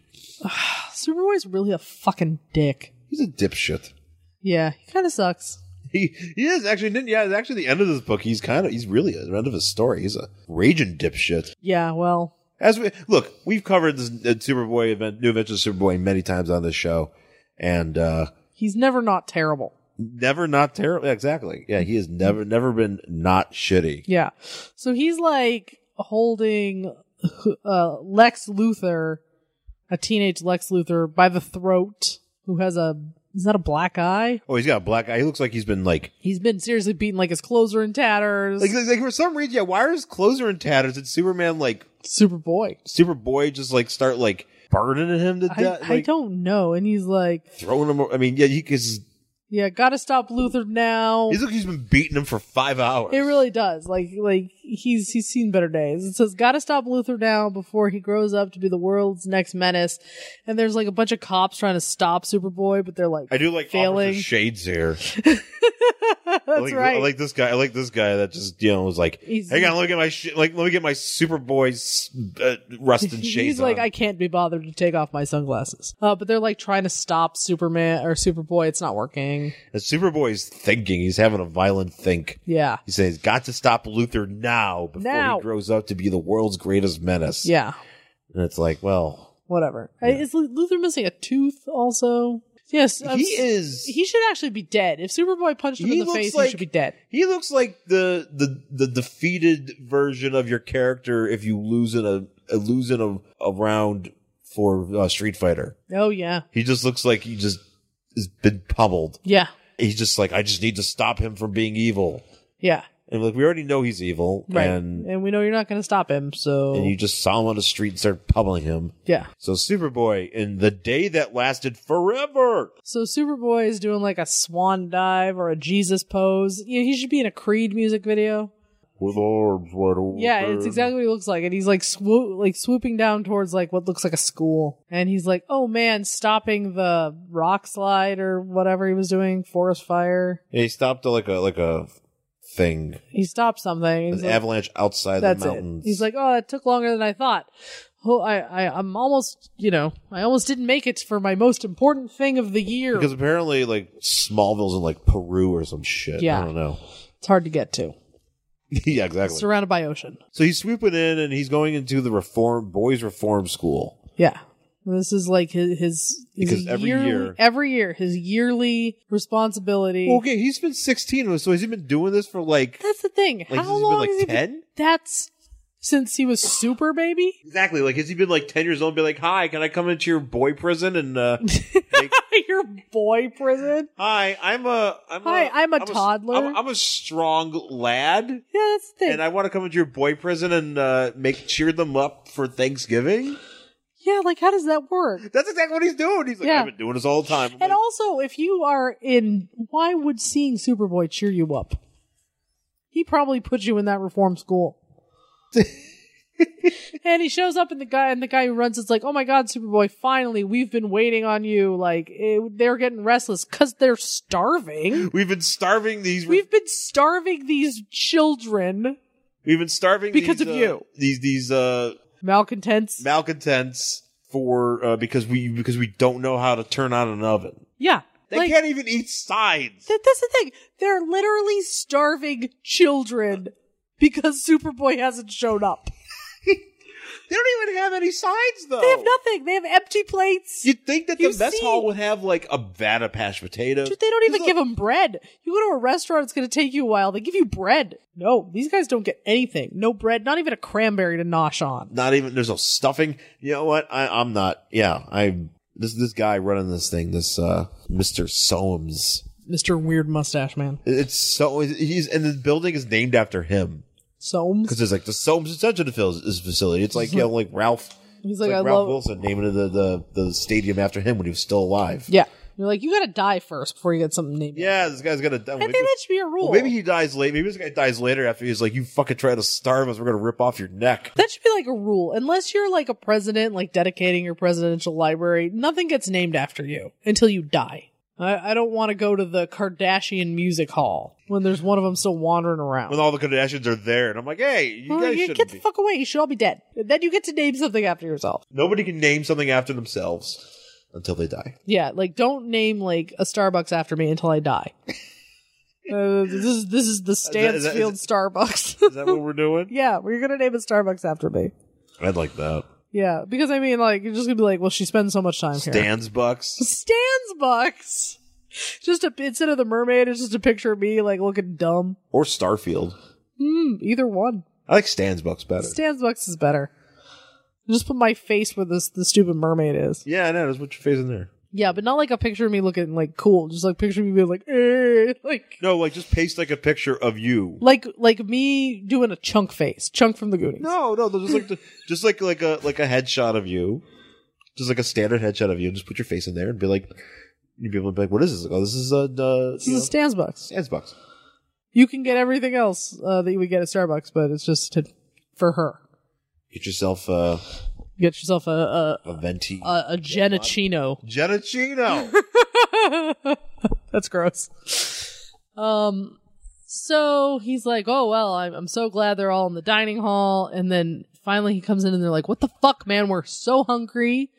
[SPEAKER 2] Superboy's really a fucking dick.
[SPEAKER 3] He's a dipshit.
[SPEAKER 2] Yeah, he kind of sucks.
[SPEAKER 3] He, he is actually yeah it's actually the end of this book he's kind of he's really at the end of his story he's a raging dipshit
[SPEAKER 2] Yeah, well,
[SPEAKER 3] As we look, we've covered this uh, Superboy event, New Adventures of Superboy, many times on this show, and uh,
[SPEAKER 2] he's never not terrible.
[SPEAKER 3] never not terrible. Exactly. Yeah, he has never never been not shitty.
[SPEAKER 2] Yeah. So he's like holding uh, Lex Luthor, a teenage Lex Luthor, by the throat, who has a is that a black eye?
[SPEAKER 3] Oh, he's got a black eye. He looks like he's been like
[SPEAKER 2] He's been seriously beaten, like his clothes are in tatters.
[SPEAKER 3] like, like, like, for some reason. Yeah, why are his clothes are in tatters? Did Superman like
[SPEAKER 2] Superboy.
[SPEAKER 3] Superboy just like start like burdening him to
[SPEAKER 2] I,
[SPEAKER 3] death?
[SPEAKER 2] I
[SPEAKER 3] like,
[SPEAKER 2] don't know. And he's like,
[SPEAKER 3] throwing him. I mean, yeah, he because
[SPEAKER 2] yeah, gotta stop Luthor now.
[SPEAKER 3] he's like he's been beating him for five hours.
[SPEAKER 2] It really does. Like like he's he's seen better days. It says gotta stop Luther now before he grows up to be the world's next menace. And there's like a bunch of cops trying to stop Superboy, but they're like
[SPEAKER 3] I do like
[SPEAKER 2] failing.
[SPEAKER 3] failing shades here.
[SPEAKER 2] That's
[SPEAKER 3] I like,
[SPEAKER 2] right.
[SPEAKER 3] I like this guy. I like this guy that just you know was like,
[SPEAKER 2] He's-
[SPEAKER 3] hang on, let me get my shit. Like, let me get my Superboy's uh, rust and shades.
[SPEAKER 2] He's like,
[SPEAKER 3] on.
[SPEAKER 2] I can't be bothered to take off my sunglasses. Uh, but they're like trying to stop Superman or Superboy. It's not working.
[SPEAKER 3] And Superboy's thinking. He's having a violent think.
[SPEAKER 2] Yeah.
[SPEAKER 3] He says, "Got to stop Luther now before
[SPEAKER 2] Now.
[SPEAKER 3] he grows up to be the world's greatest menace."
[SPEAKER 2] Yeah.
[SPEAKER 3] and it's like, well,
[SPEAKER 2] Whatever. Uh, Is Lu- Luther missing a tooth also? Yes. I'm
[SPEAKER 3] he
[SPEAKER 2] s-
[SPEAKER 3] is. He,
[SPEAKER 2] He should actually be dead. If Superboy punched him
[SPEAKER 3] He
[SPEAKER 2] in the
[SPEAKER 3] looks
[SPEAKER 2] face, he
[SPEAKER 3] like-
[SPEAKER 2] should be dead.
[SPEAKER 3] looks like the, the the defeated version of your character if you lose in a, a lose in a, a round for uh, Street Fighter.
[SPEAKER 2] Oh, yeah.
[SPEAKER 3] He just looks like he just has been pummeled.
[SPEAKER 2] Yeah.
[SPEAKER 3] he's just like, I just need to stop him from being evil.
[SPEAKER 2] Yeah.
[SPEAKER 3] And like we already know he's evil,
[SPEAKER 2] Right. And,
[SPEAKER 3] and
[SPEAKER 2] we know you're not going to stop him. So,
[SPEAKER 3] and you just saw him on the street and started pummeling him.
[SPEAKER 2] yeah.
[SPEAKER 3] So Superboy in the day that lasted forever.
[SPEAKER 2] So Superboy is doing like a swan dive or a Jesus pose. Yeah, he should be in a Creed music video.
[SPEAKER 3] With arms wide open.
[SPEAKER 2] Yeah, it's exactly what he looks like. And he's like swoo- like swooping down towards like what looks like a school. And he's like, "Oh man, stopping the rock slide or whatever he was doing, forest fire."
[SPEAKER 3] Yeah, he stopped at like a like a thing.
[SPEAKER 2] He stopped something. He's
[SPEAKER 3] An
[SPEAKER 2] like,
[SPEAKER 3] avalanche outside
[SPEAKER 2] That's
[SPEAKER 3] the
[SPEAKER 2] it.
[SPEAKER 3] mountains.
[SPEAKER 2] He's like, "Oh, that took longer than I thought." Oh, I, I, I'm almost, you know, I almost didn't make it for my most important thing of the year.
[SPEAKER 3] because apparently like Smallville's in like Peru or some shit.
[SPEAKER 2] Yeah.
[SPEAKER 3] I don't know.
[SPEAKER 2] it's hard to get to.
[SPEAKER 3] yeah, exactly.
[SPEAKER 2] surrounded by ocean.
[SPEAKER 3] so he's swooping in and he's going into the reform boys reform school.
[SPEAKER 2] Yeah. This is like his his, his
[SPEAKER 3] Because every
[SPEAKER 2] yearly-
[SPEAKER 3] year-
[SPEAKER 2] every year his yearly responsibility.
[SPEAKER 3] Well, okay, he's been 16, so has he been doing this for like,
[SPEAKER 2] That's the thing.
[SPEAKER 3] like
[SPEAKER 2] How
[SPEAKER 3] has he
[SPEAKER 2] long has
[SPEAKER 3] been like
[SPEAKER 2] he been-
[SPEAKER 3] 10?
[SPEAKER 2] That's since he was super baby.
[SPEAKER 3] Exactly. Like, has he been like 10 years old and be like, hi, can I come into your boy prison? And, uh,
[SPEAKER 2] Your boy prison.
[SPEAKER 3] hi, I'm a, I'm
[SPEAKER 2] Hi,
[SPEAKER 3] a,
[SPEAKER 2] I'm a toddler."
[SPEAKER 3] I'm, I'm a strong lad.
[SPEAKER 2] Yeah, that's the thing.
[SPEAKER 3] And I want to come into your boy prison and uh, make cheer them up for Thanksgiving.
[SPEAKER 2] yeah, like how does that work?
[SPEAKER 3] That's exactly what he's doing. He's like,
[SPEAKER 2] Yeah.
[SPEAKER 3] I've been doing this all the time.
[SPEAKER 2] And
[SPEAKER 3] I'm like,
[SPEAKER 2] also, if you are in, why would seeing Superboy cheer you up? He probably put you in that reform school. and he shows up, and the guy and the guy who runs it's like, oh my god, Superboy! Finally, we've been waiting on you. Like it, they're getting restless because they're starving.
[SPEAKER 3] We've been starving these.
[SPEAKER 2] We've been starving these children,
[SPEAKER 3] We've been starving
[SPEAKER 2] Because
[SPEAKER 3] these,
[SPEAKER 2] of
[SPEAKER 3] uh,
[SPEAKER 2] you.
[SPEAKER 3] These these uh,
[SPEAKER 2] malcontents.
[SPEAKER 3] malcontents for uh, because we because we don't know how to turn on an oven.
[SPEAKER 2] yeah,
[SPEAKER 3] They
[SPEAKER 2] like,
[SPEAKER 3] can't even eat sides.
[SPEAKER 2] That, that's the thing. They're literally starving children because Superboy hasn't shown up.
[SPEAKER 3] They don't even have any sides though.
[SPEAKER 2] They have nothing. They have empty plates.
[SPEAKER 3] You'd think that the
[SPEAKER 2] You've
[SPEAKER 3] mess
[SPEAKER 2] seen-
[SPEAKER 3] hall would have like a vat of mashed potatoes.
[SPEAKER 2] Dude, they don't even
[SPEAKER 3] Look,
[SPEAKER 2] give them bread. You go to a restaurant, it's going to take you a while. They give you bread. No, these guys don't get anything. No bread, not even a cranberry to nosh on.
[SPEAKER 3] Not even there's no stuffing. You know what? I, I'm not. Yeah, I this this guy running this thing. This uh Mr. Soames.
[SPEAKER 2] Mr. Weird Mustache Man.
[SPEAKER 3] It's so he's and the building is named after him.
[SPEAKER 2] Soames.
[SPEAKER 3] because there's like the Soames Detention Fils- is facility. It's like you know, like Ralph.
[SPEAKER 2] He's
[SPEAKER 3] it's
[SPEAKER 2] like,
[SPEAKER 3] like,
[SPEAKER 2] I
[SPEAKER 3] Ralph
[SPEAKER 2] love.
[SPEAKER 3] Wilson naming the, the the stadium after him when he was still alive.
[SPEAKER 2] Yeah. You're like, you got to die first before you get something named.
[SPEAKER 3] Yeah, this guy's gonna die.
[SPEAKER 2] I think that should be a rule.
[SPEAKER 3] well, maybe he dies late. Maybe this guy dies later after he's like, "You fucking try to starve us. We're gonna rip off your neck."
[SPEAKER 2] That should be like a rule. Unless you're like a president, like dedicating your presidential library, nothing gets named after you until you die. I, I don't want to go to the Kardashian Music Hall when there's one of them still wandering around.
[SPEAKER 3] When all the Kardashians are there, and I'm like, "Hey, you
[SPEAKER 2] Well,
[SPEAKER 3] guys
[SPEAKER 2] you
[SPEAKER 3] shouldn't
[SPEAKER 2] get the
[SPEAKER 3] be."
[SPEAKER 2] fuck away. You should all be dead. Then you get to name something after yourself.
[SPEAKER 3] Nobody can name something after themselves until they die.
[SPEAKER 2] Yeah, like don't name like a Starbucks after me until I die. Uh, this is this is the
[SPEAKER 3] that- is that-
[SPEAKER 2] Stansfield
[SPEAKER 3] Is
[SPEAKER 2] Starbucks.
[SPEAKER 3] that what we're doing?
[SPEAKER 2] yeah, we're gonna name a Starbucks after me.
[SPEAKER 3] I'd like that.
[SPEAKER 2] Yeah, because I mean, like you're just gonna be like, well, she spends so much time here.
[SPEAKER 3] Stan's bucks.
[SPEAKER 2] Stans Bucks. Just a instead of the mermaid, it's just a picture of me like looking dumb.
[SPEAKER 3] or Starfield.
[SPEAKER 2] Hmm, either one.
[SPEAKER 3] I like Stan's bucks better.
[SPEAKER 2] Stans Bucks is better. Just put my face where this the stupid mermaid is.
[SPEAKER 3] yeah, I know. Just put your face in there.
[SPEAKER 2] Yeah, but not like a picture of me looking like cool. Just like picture of me being like, eh, like,
[SPEAKER 3] No, like just paste like a picture of you.
[SPEAKER 2] like, like me doing a chunk face, chunk from the Goonies.
[SPEAKER 3] No, no, they'll just like the, just like like a like a headshot of you, just like a standard headshot of you, and just put your face in there and be like, you'd be able to be like, what is this? Oh, this is a uh,
[SPEAKER 2] this
[SPEAKER 3] you know,
[SPEAKER 2] is a Stans Bucks.
[SPEAKER 3] Stan's box.
[SPEAKER 2] You can get everything else uh, that you would get at Starbucks, but it's just to, for her.
[SPEAKER 3] Get yourself uh,
[SPEAKER 2] Get yourself a
[SPEAKER 3] a venti
[SPEAKER 2] a, a, a Genachino.
[SPEAKER 3] Genachino.
[SPEAKER 2] That's gross. Um, so he's like, "Oh well, I'm I'm so glad they're all in the dining hall." And then finally he comes in and they're like, "What the fuck, man? We're so hungry."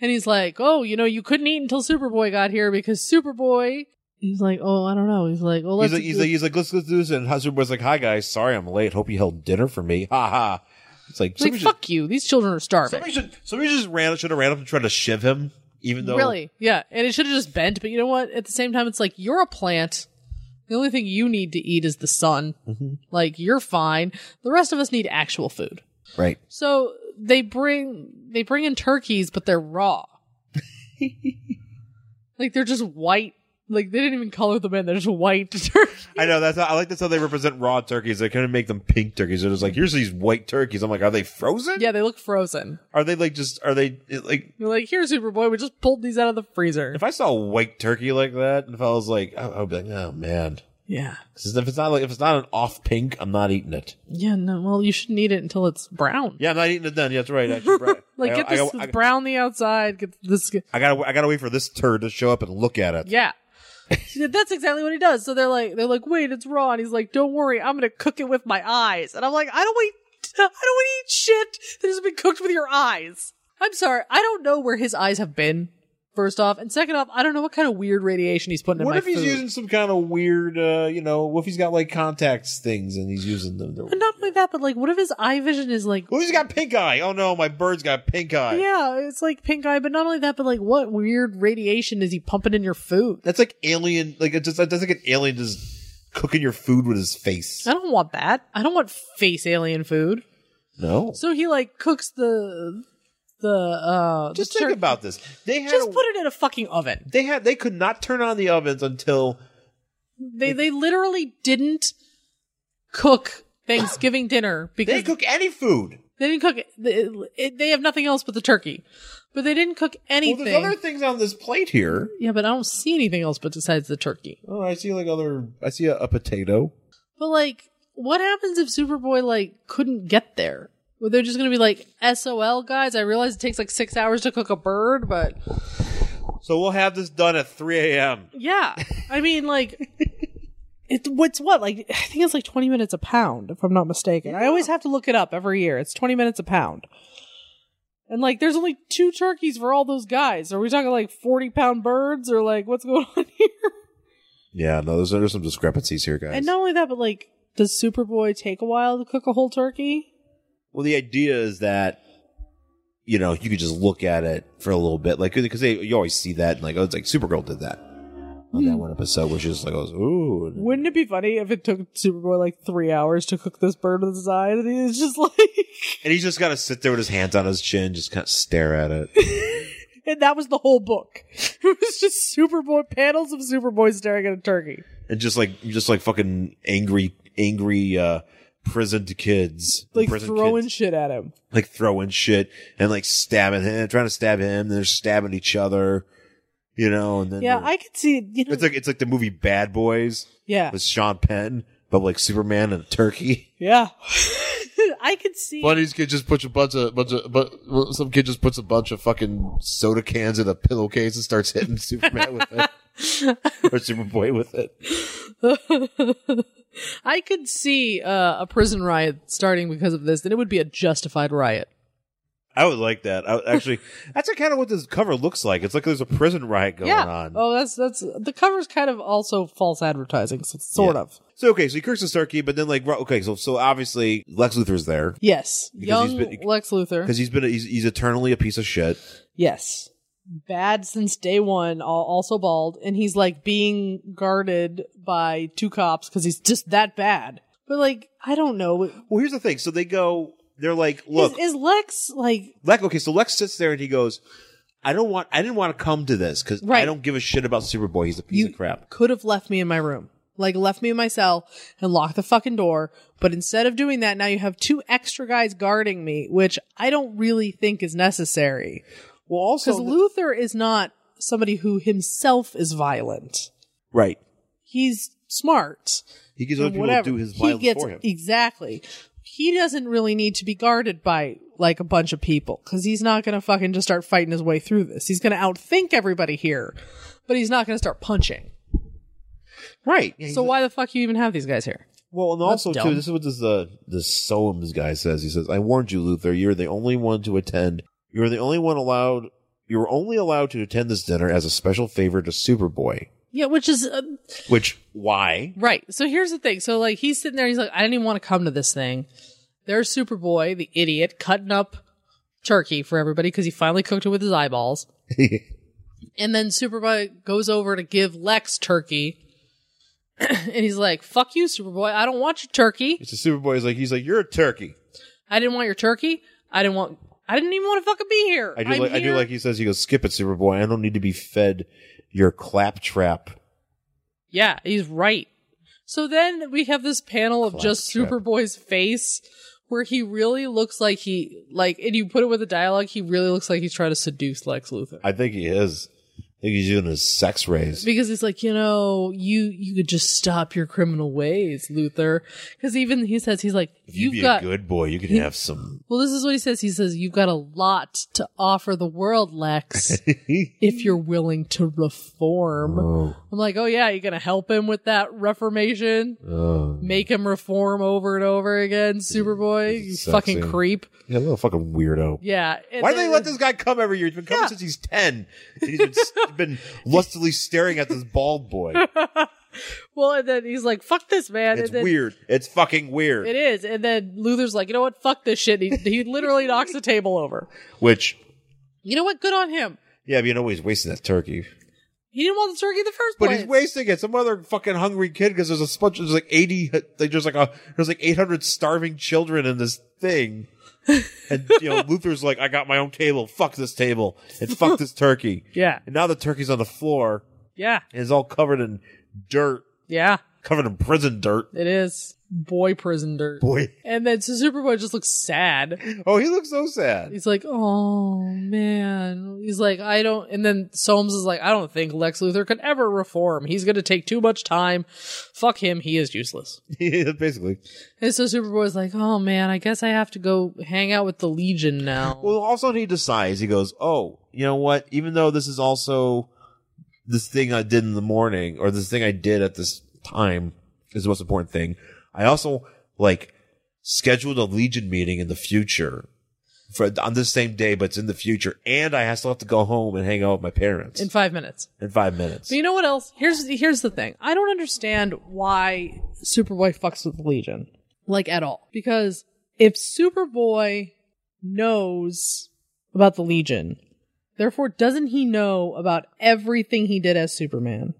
[SPEAKER 2] And he's like, "Oh, you know, you couldn't eat until Superboy got here because Superboy." He's like, "Oh, I don't know." He's like, "Well,
[SPEAKER 3] he's
[SPEAKER 2] let's."
[SPEAKER 3] like, he's like, he's like, let's let's do this. And Husband's like, hi guys, sorry I'm late. Hope you held dinner for me. Ha ha. It's like,
[SPEAKER 2] He's like,
[SPEAKER 3] somebody,
[SPEAKER 2] fuck you. These children are
[SPEAKER 3] should,
[SPEAKER 2] starving.
[SPEAKER 3] somebody should somebody just ran should have ran up and tried to shiv him, even though
[SPEAKER 2] Really? Yeah. And it should have just bent, but you know what? At the same time, it's like you're a plant. The only thing you need to eat is the sun.
[SPEAKER 3] Mm-hmm.
[SPEAKER 2] Like you're fine. The rest of us need actual food.
[SPEAKER 3] right.
[SPEAKER 2] So they bring they bring in turkeys, but they're raw. like they're just white. Like they didn't even color them in. They're just white turkeys.
[SPEAKER 3] I know that's how, I like that's how they represent raw turkeys. They kind of make them pink turkeys. They're just like here's these white turkeys. I'm like, are they frozen?
[SPEAKER 2] Yeah, they look frozen.
[SPEAKER 3] Are they like just are they like?
[SPEAKER 2] You're like, here, Superboy, we just pulled these out of the freezer.
[SPEAKER 3] If I saw a white turkey like that, and if I was like, I, I would be like, oh man,
[SPEAKER 2] Yeah.
[SPEAKER 3] 'Cause if it's not like if it's not an off pink, I'm not eating it.
[SPEAKER 2] Yeah, no, well, you shouldn't eat it until it's brown.
[SPEAKER 3] Yeah, I'm not eating it then. Yeah, that's right. Actually, right.
[SPEAKER 2] Like,
[SPEAKER 3] I,
[SPEAKER 2] get
[SPEAKER 3] I,
[SPEAKER 2] this,
[SPEAKER 3] I,
[SPEAKER 2] it's brown the outside, get this.
[SPEAKER 3] I gotta I gotta wait for this turd to show up and look at it.
[SPEAKER 2] Yeah. Yeah, That's exactly what he does. So they're like, they're like, wait, it's raw. And he's like, don't worry, I'm gonna cook it with my eyes. And I'm like, I don't eat, I don't wanna eat shit that has been cooked with your eyes. I'm sorry, I don't know where his eyes have been. First off, and second off, I don't know what kind of weird radiation he's putting
[SPEAKER 3] What
[SPEAKER 2] in my
[SPEAKER 3] if he's
[SPEAKER 2] food.
[SPEAKER 3] using some kind of weird, uh, you know, what if he's got like contacts things and he's using them?
[SPEAKER 2] and
[SPEAKER 3] To,
[SPEAKER 2] not only that, but like, what if his eye vision is like,
[SPEAKER 3] what if he's got pink eye? Oh no, my bird's got pink eye.
[SPEAKER 2] yeah, it's like pink eye. But not only that, but like, what weird radiation is he pumping in your food?
[SPEAKER 3] That's like alien. Like it just that doesn't get alien just cooking your food with his face.
[SPEAKER 2] I don't want that. I don't want face alien food.
[SPEAKER 3] No.
[SPEAKER 2] So he like cooks the the uh the
[SPEAKER 3] Just think
[SPEAKER 2] turkey-
[SPEAKER 3] about this. They had
[SPEAKER 2] Just
[SPEAKER 3] a-
[SPEAKER 2] put it in a fucking oven.
[SPEAKER 3] they had they could not turn on the ovens until
[SPEAKER 2] They they literally didn't cook Thanksgiving dinner because
[SPEAKER 3] they
[SPEAKER 2] they,
[SPEAKER 3] cook any food.
[SPEAKER 2] didn't cook it, it- they have nothing else but the turkey. But they didn't cook
[SPEAKER 3] Well,
[SPEAKER 2] anything.
[SPEAKER 3] there's other things on this plate here.
[SPEAKER 2] yeah, but I don't see anything else but besides the turkey.
[SPEAKER 3] Oh, I see like other. I see a, a potato.
[SPEAKER 2] But like, what happens if Superboy like couldn't get there? Were they just gonna be like, "SOL, guys"? I realize it takes like six hours to cook a bird, but
[SPEAKER 3] So we'll have this done at 3 a.m.
[SPEAKER 2] yeah, I mean, like, it, it's what like I think it's like twenty minutes a pound, if I'm not mistaken. I always have to look it up every year. It's twenty minutes a pound, and like, there's only two turkeys for all those guys. Are we talking like forty pound birds, or like what's going on here?
[SPEAKER 3] Yeah, no, there's, there's some discrepancies here, guys.
[SPEAKER 2] And not only that, but like, does Superboy take a while to cook a whole turkey?
[SPEAKER 3] Well, the idea is that you know you could just look at it for a little bit, like because they you always see that, and like oh, it's like Supergirl did that on
[SPEAKER 2] Hmm.
[SPEAKER 3] that one episode, which is like goes ooh. and-
[SPEAKER 2] Wouldn't it be funny if it took Superboy like three hours to cook this bird with his eyes? And he's just like,
[SPEAKER 3] And he's just got to sit there with his hands on his chin, just kind of stare at it.
[SPEAKER 2] and that was the whole book. It was just Superboy panels of Superboy staring at a turkey.
[SPEAKER 3] and just like just like fucking angry angry uh prisoned kids
[SPEAKER 2] Like
[SPEAKER 3] prison
[SPEAKER 2] throwing
[SPEAKER 3] kids,
[SPEAKER 2] shit at him.
[SPEAKER 3] like throwing shit and like stabbing him trying to stab him and they're stabbing each other you know and then
[SPEAKER 2] Yeah,
[SPEAKER 3] they're-
[SPEAKER 2] I could see. You know,
[SPEAKER 3] it's like it's like the movie bad boys
[SPEAKER 2] yeah,
[SPEAKER 3] with sean penn but like superman and a turkey
[SPEAKER 2] yeah. I could see.
[SPEAKER 6] Bunny's kid just puts a bunch of bunch of but well, some kid just puts a bunch of fucking soda cans in a pillowcase and starts hitting Superman with it
[SPEAKER 3] or superboy with it
[SPEAKER 2] I could see uh, a prison riot starting because of this. Then it would be a justified riot.
[SPEAKER 3] i would like that I, actually that's kind of what this cover looks like it's like there's a prison riot going
[SPEAKER 2] yeah.
[SPEAKER 3] on
[SPEAKER 2] Oh, that's that's the cover's kind of also false advertising, so- sort
[SPEAKER 3] Yeah.
[SPEAKER 2] of.
[SPEAKER 3] so okay so he curses turkey but then like ro- okay so so obviously lex luthor's there
[SPEAKER 2] Yes,
[SPEAKER 3] Because
[SPEAKER 2] young
[SPEAKER 3] he's been-
[SPEAKER 2] Lex Luthor.
[SPEAKER 3] because he's been he's, he's eternally a piece of shit.
[SPEAKER 2] Yes, bad since day one. al- Also bald, and he's like being guarded by two cops because he's just that bad. But like, I don't know. Is-
[SPEAKER 3] Well, here's the thing. So they go. They're like, look,
[SPEAKER 2] is, Lex like
[SPEAKER 3] Lex. Okay, so Lex sits there and he goes, "I don't want. I didn't want to come to this because I
[SPEAKER 2] Right.
[SPEAKER 3] don't give a shit about Superboy. He's a piece
[SPEAKER 2] you?
[SPEAKER 3] of crap."
[SPEAKER 2] Could have left me in my room. Like left me in my cell and locked the fucking door. But instead of doing that, now you have two extra guys guarding me, which I don't really think is necessary.
[SPEAKER 3] Well,
[SPEAKER 2] Because
[SPEAKER 3] also,
[SPEAKER 2] Luthor is not somebody who himself is violent.
[SPEAKER 3] right?
[SPEAKER 2] He's smart.
[SPEAKER 3] He gives other
[SPEAKER 2] and
[SPEAKER 3] people
[SPEAKER 2] whatever.
[SPEAKER 3] to do his
[SPEAKER 2] he
[SPEAKER 3] violence
[SPEAKER 2] gets
[SPEAKER 3] for him.
[SPEAKER 2] exactly. He doesn't really need to be guarded by like a bunch of people because he's not going to fucking just start fighting his way through this. He's going to outthink everybody here, but he's not going to start punching.
[SPEAKER 3] right. Yeah, he's
[SPEAKER 2] So
[SPEAKER 3] a-
[SPEAKER 2] why the fuck you even have these guys here?
[SPEAKER 3] Well, and also
[SPEAKER 2] That's
[SPEAKER 3] too,
[SPEAKER 2] dumb.
[SPEAKER 3] this is what this uh this Soames guy says. He says, "I warned you, Luther. You're the only one to attend. You're the only one allowed. You were only allowed to attend this dinner as a special favor to Superboy.
[SPEAKER 2] Yeah, which is uh,
[SPEAKER 3] Which why?
[SPEAKER 2] right. So here's the thing. So like he's sitting there. He's like, I didn't even want to come to this thing. There's Superboy, the idiot, cutting up turkey for everybody because he finally cooked it with his eyeballs. And then Superboy goes over to give Lex turkey. and he's like, fuck you, Superboy. I don't want your turkey.
[SPEAKER 3] It's the Superboy. He's like, he's like, you're a turkey.
[SPEAKER 2] I didn't want your turkey. I didn't want, I didn't even want to fucking be here.
[SPEAKER 3] I do
[SPEAKER 2] I'm
[SPEAKER 3] like I do
[SPEAKER 2] here."
[SPEAKER 3] like he says he goes skip it Superboy I don't need to be fed your claptrap.
[SPEAKER 2] Yeah, he's right. So then we have this panel of just
[SPEAKER 3] Claptrap.
[SPEAKER 2] Superboy's face where he really looks like he, like, and you put it with the dialogue, he really looks like he's trying to seduce Lex Luthor.
[SPEAKER 3] I think he is. I think he's doing his sex rays.
[SPEAKER 2] because he's like, you know, you you could just stop your criminal ways, Luther. Because even he says he's like,
[SPEAKER 3] If you
[SPEAKER 2] you've
[SPEAKER 3] be
[SPEAKER 2] got
[SPEAKER 3] a good boy, you can have some.
[SPEAKER 2] Well, this is what he says. He says, You've got a lot to offer the world, Lex, if you're willing to reform.
[SPEAKER 3] Oh,
[SPEAKER 2] I'm like, Oh, yeah, you're going to help him with that reformation?
[SPEAKER 3] oh.
[SPEAKER 2] Make him reform over and over again, Superboy? You
[SPEAKER 3] Sexy.
[SPEAKER 2] fucking creep.
[SPEAKER 3] Yeah, little fucking weirdo.
[SPEAKER 2] Yeah. and
[SPEAKER 3] Why do they
[SPEAKER 2] then-
[SPEAKER 3] let this guy come every year? He's been coming
[SPEAKER 2] Yeah.
[SPEAKER 3] since he's ten. And he's been, been lustily staring at this bald boy.
[SPEAKER 2] Well, and then he's like, Fuck this, man.
[SPEAKER 3] It's
[SPEAKER 2] and then,
[SPEAKER 3] weird. It's fucking weird.
[SPEAKER 2] It is. And then Luther's like, You know what? Fuck this shit. And he, he literally knocks the table over.
[SPEAKER 3] Which,
[SPEAKER 2] You know what? Good on him.
[SPEAKER 3] yeah, but you know what? he's wasting that turkey.
[SPEAKER 2] He didn't want the turkey in the first
[SPEAKER 3] But
[SPEAKER 2] place.
[SPEAKER 3] he's wasting it. Some other fucking hungry kid because there's a bunch. There's like eighty. Like there's like a there's like eight hundred starving children in this thing. And you know, Luther's like, I got my own table. Fuck this table. And fuck this turkey.
[SPEAKER 2] Yeah.
[SPEAKER 3] And now the turkey's on the floor
[SPEAKER 2] Yeah.
[SPEAKER 3] and is all covered in dirt,
[SPEAKER 2] Yeah.
[SPEAKER 3] covered in prison dirt.
[SPEAKER 2] It is boy prison dirt.
[SPEAKER 3] Boy.
[SPEAKER 2] And then so Superboy just looks sad.
[SPEAKER 3] Oh, he looks so sad.
[SPEAKER 2] He's like, "Oh man." He's like, "I don't." And then Soames is like, "I don't think Lex Luthor could ever reform. He's going to take too much time. Fuck him. He is useless."
[SPEAKER 3] Yeah, Basically.
[SPEAKER 2] And so Superboy's like, "Oh man, I guess I have to go hang out with the Legion now."
[SPEAKER 3] Well, all of a sudden he decides, he goes, Oh, you know what? Even though this is also this thing I did in the morning, or this thing I did at this time is the most important thing. I also like scheduled a Legion meeting in the future for on this same day, but it's in the future, and I still have to go home and hang out with my parents
[SPEAKER 2] in
[SPEAKER 3] in,
[SPEAKER 2] 5 minutes.
[SPEAKER 3] five minutes.
[SPEAKER 2] But you know what else? Here's here's the thing. I don't understand why Superboy fucks with the Legion like at all. Because if Superboy knows about the Legion, therefore doesn't he know about everything he did as Superman?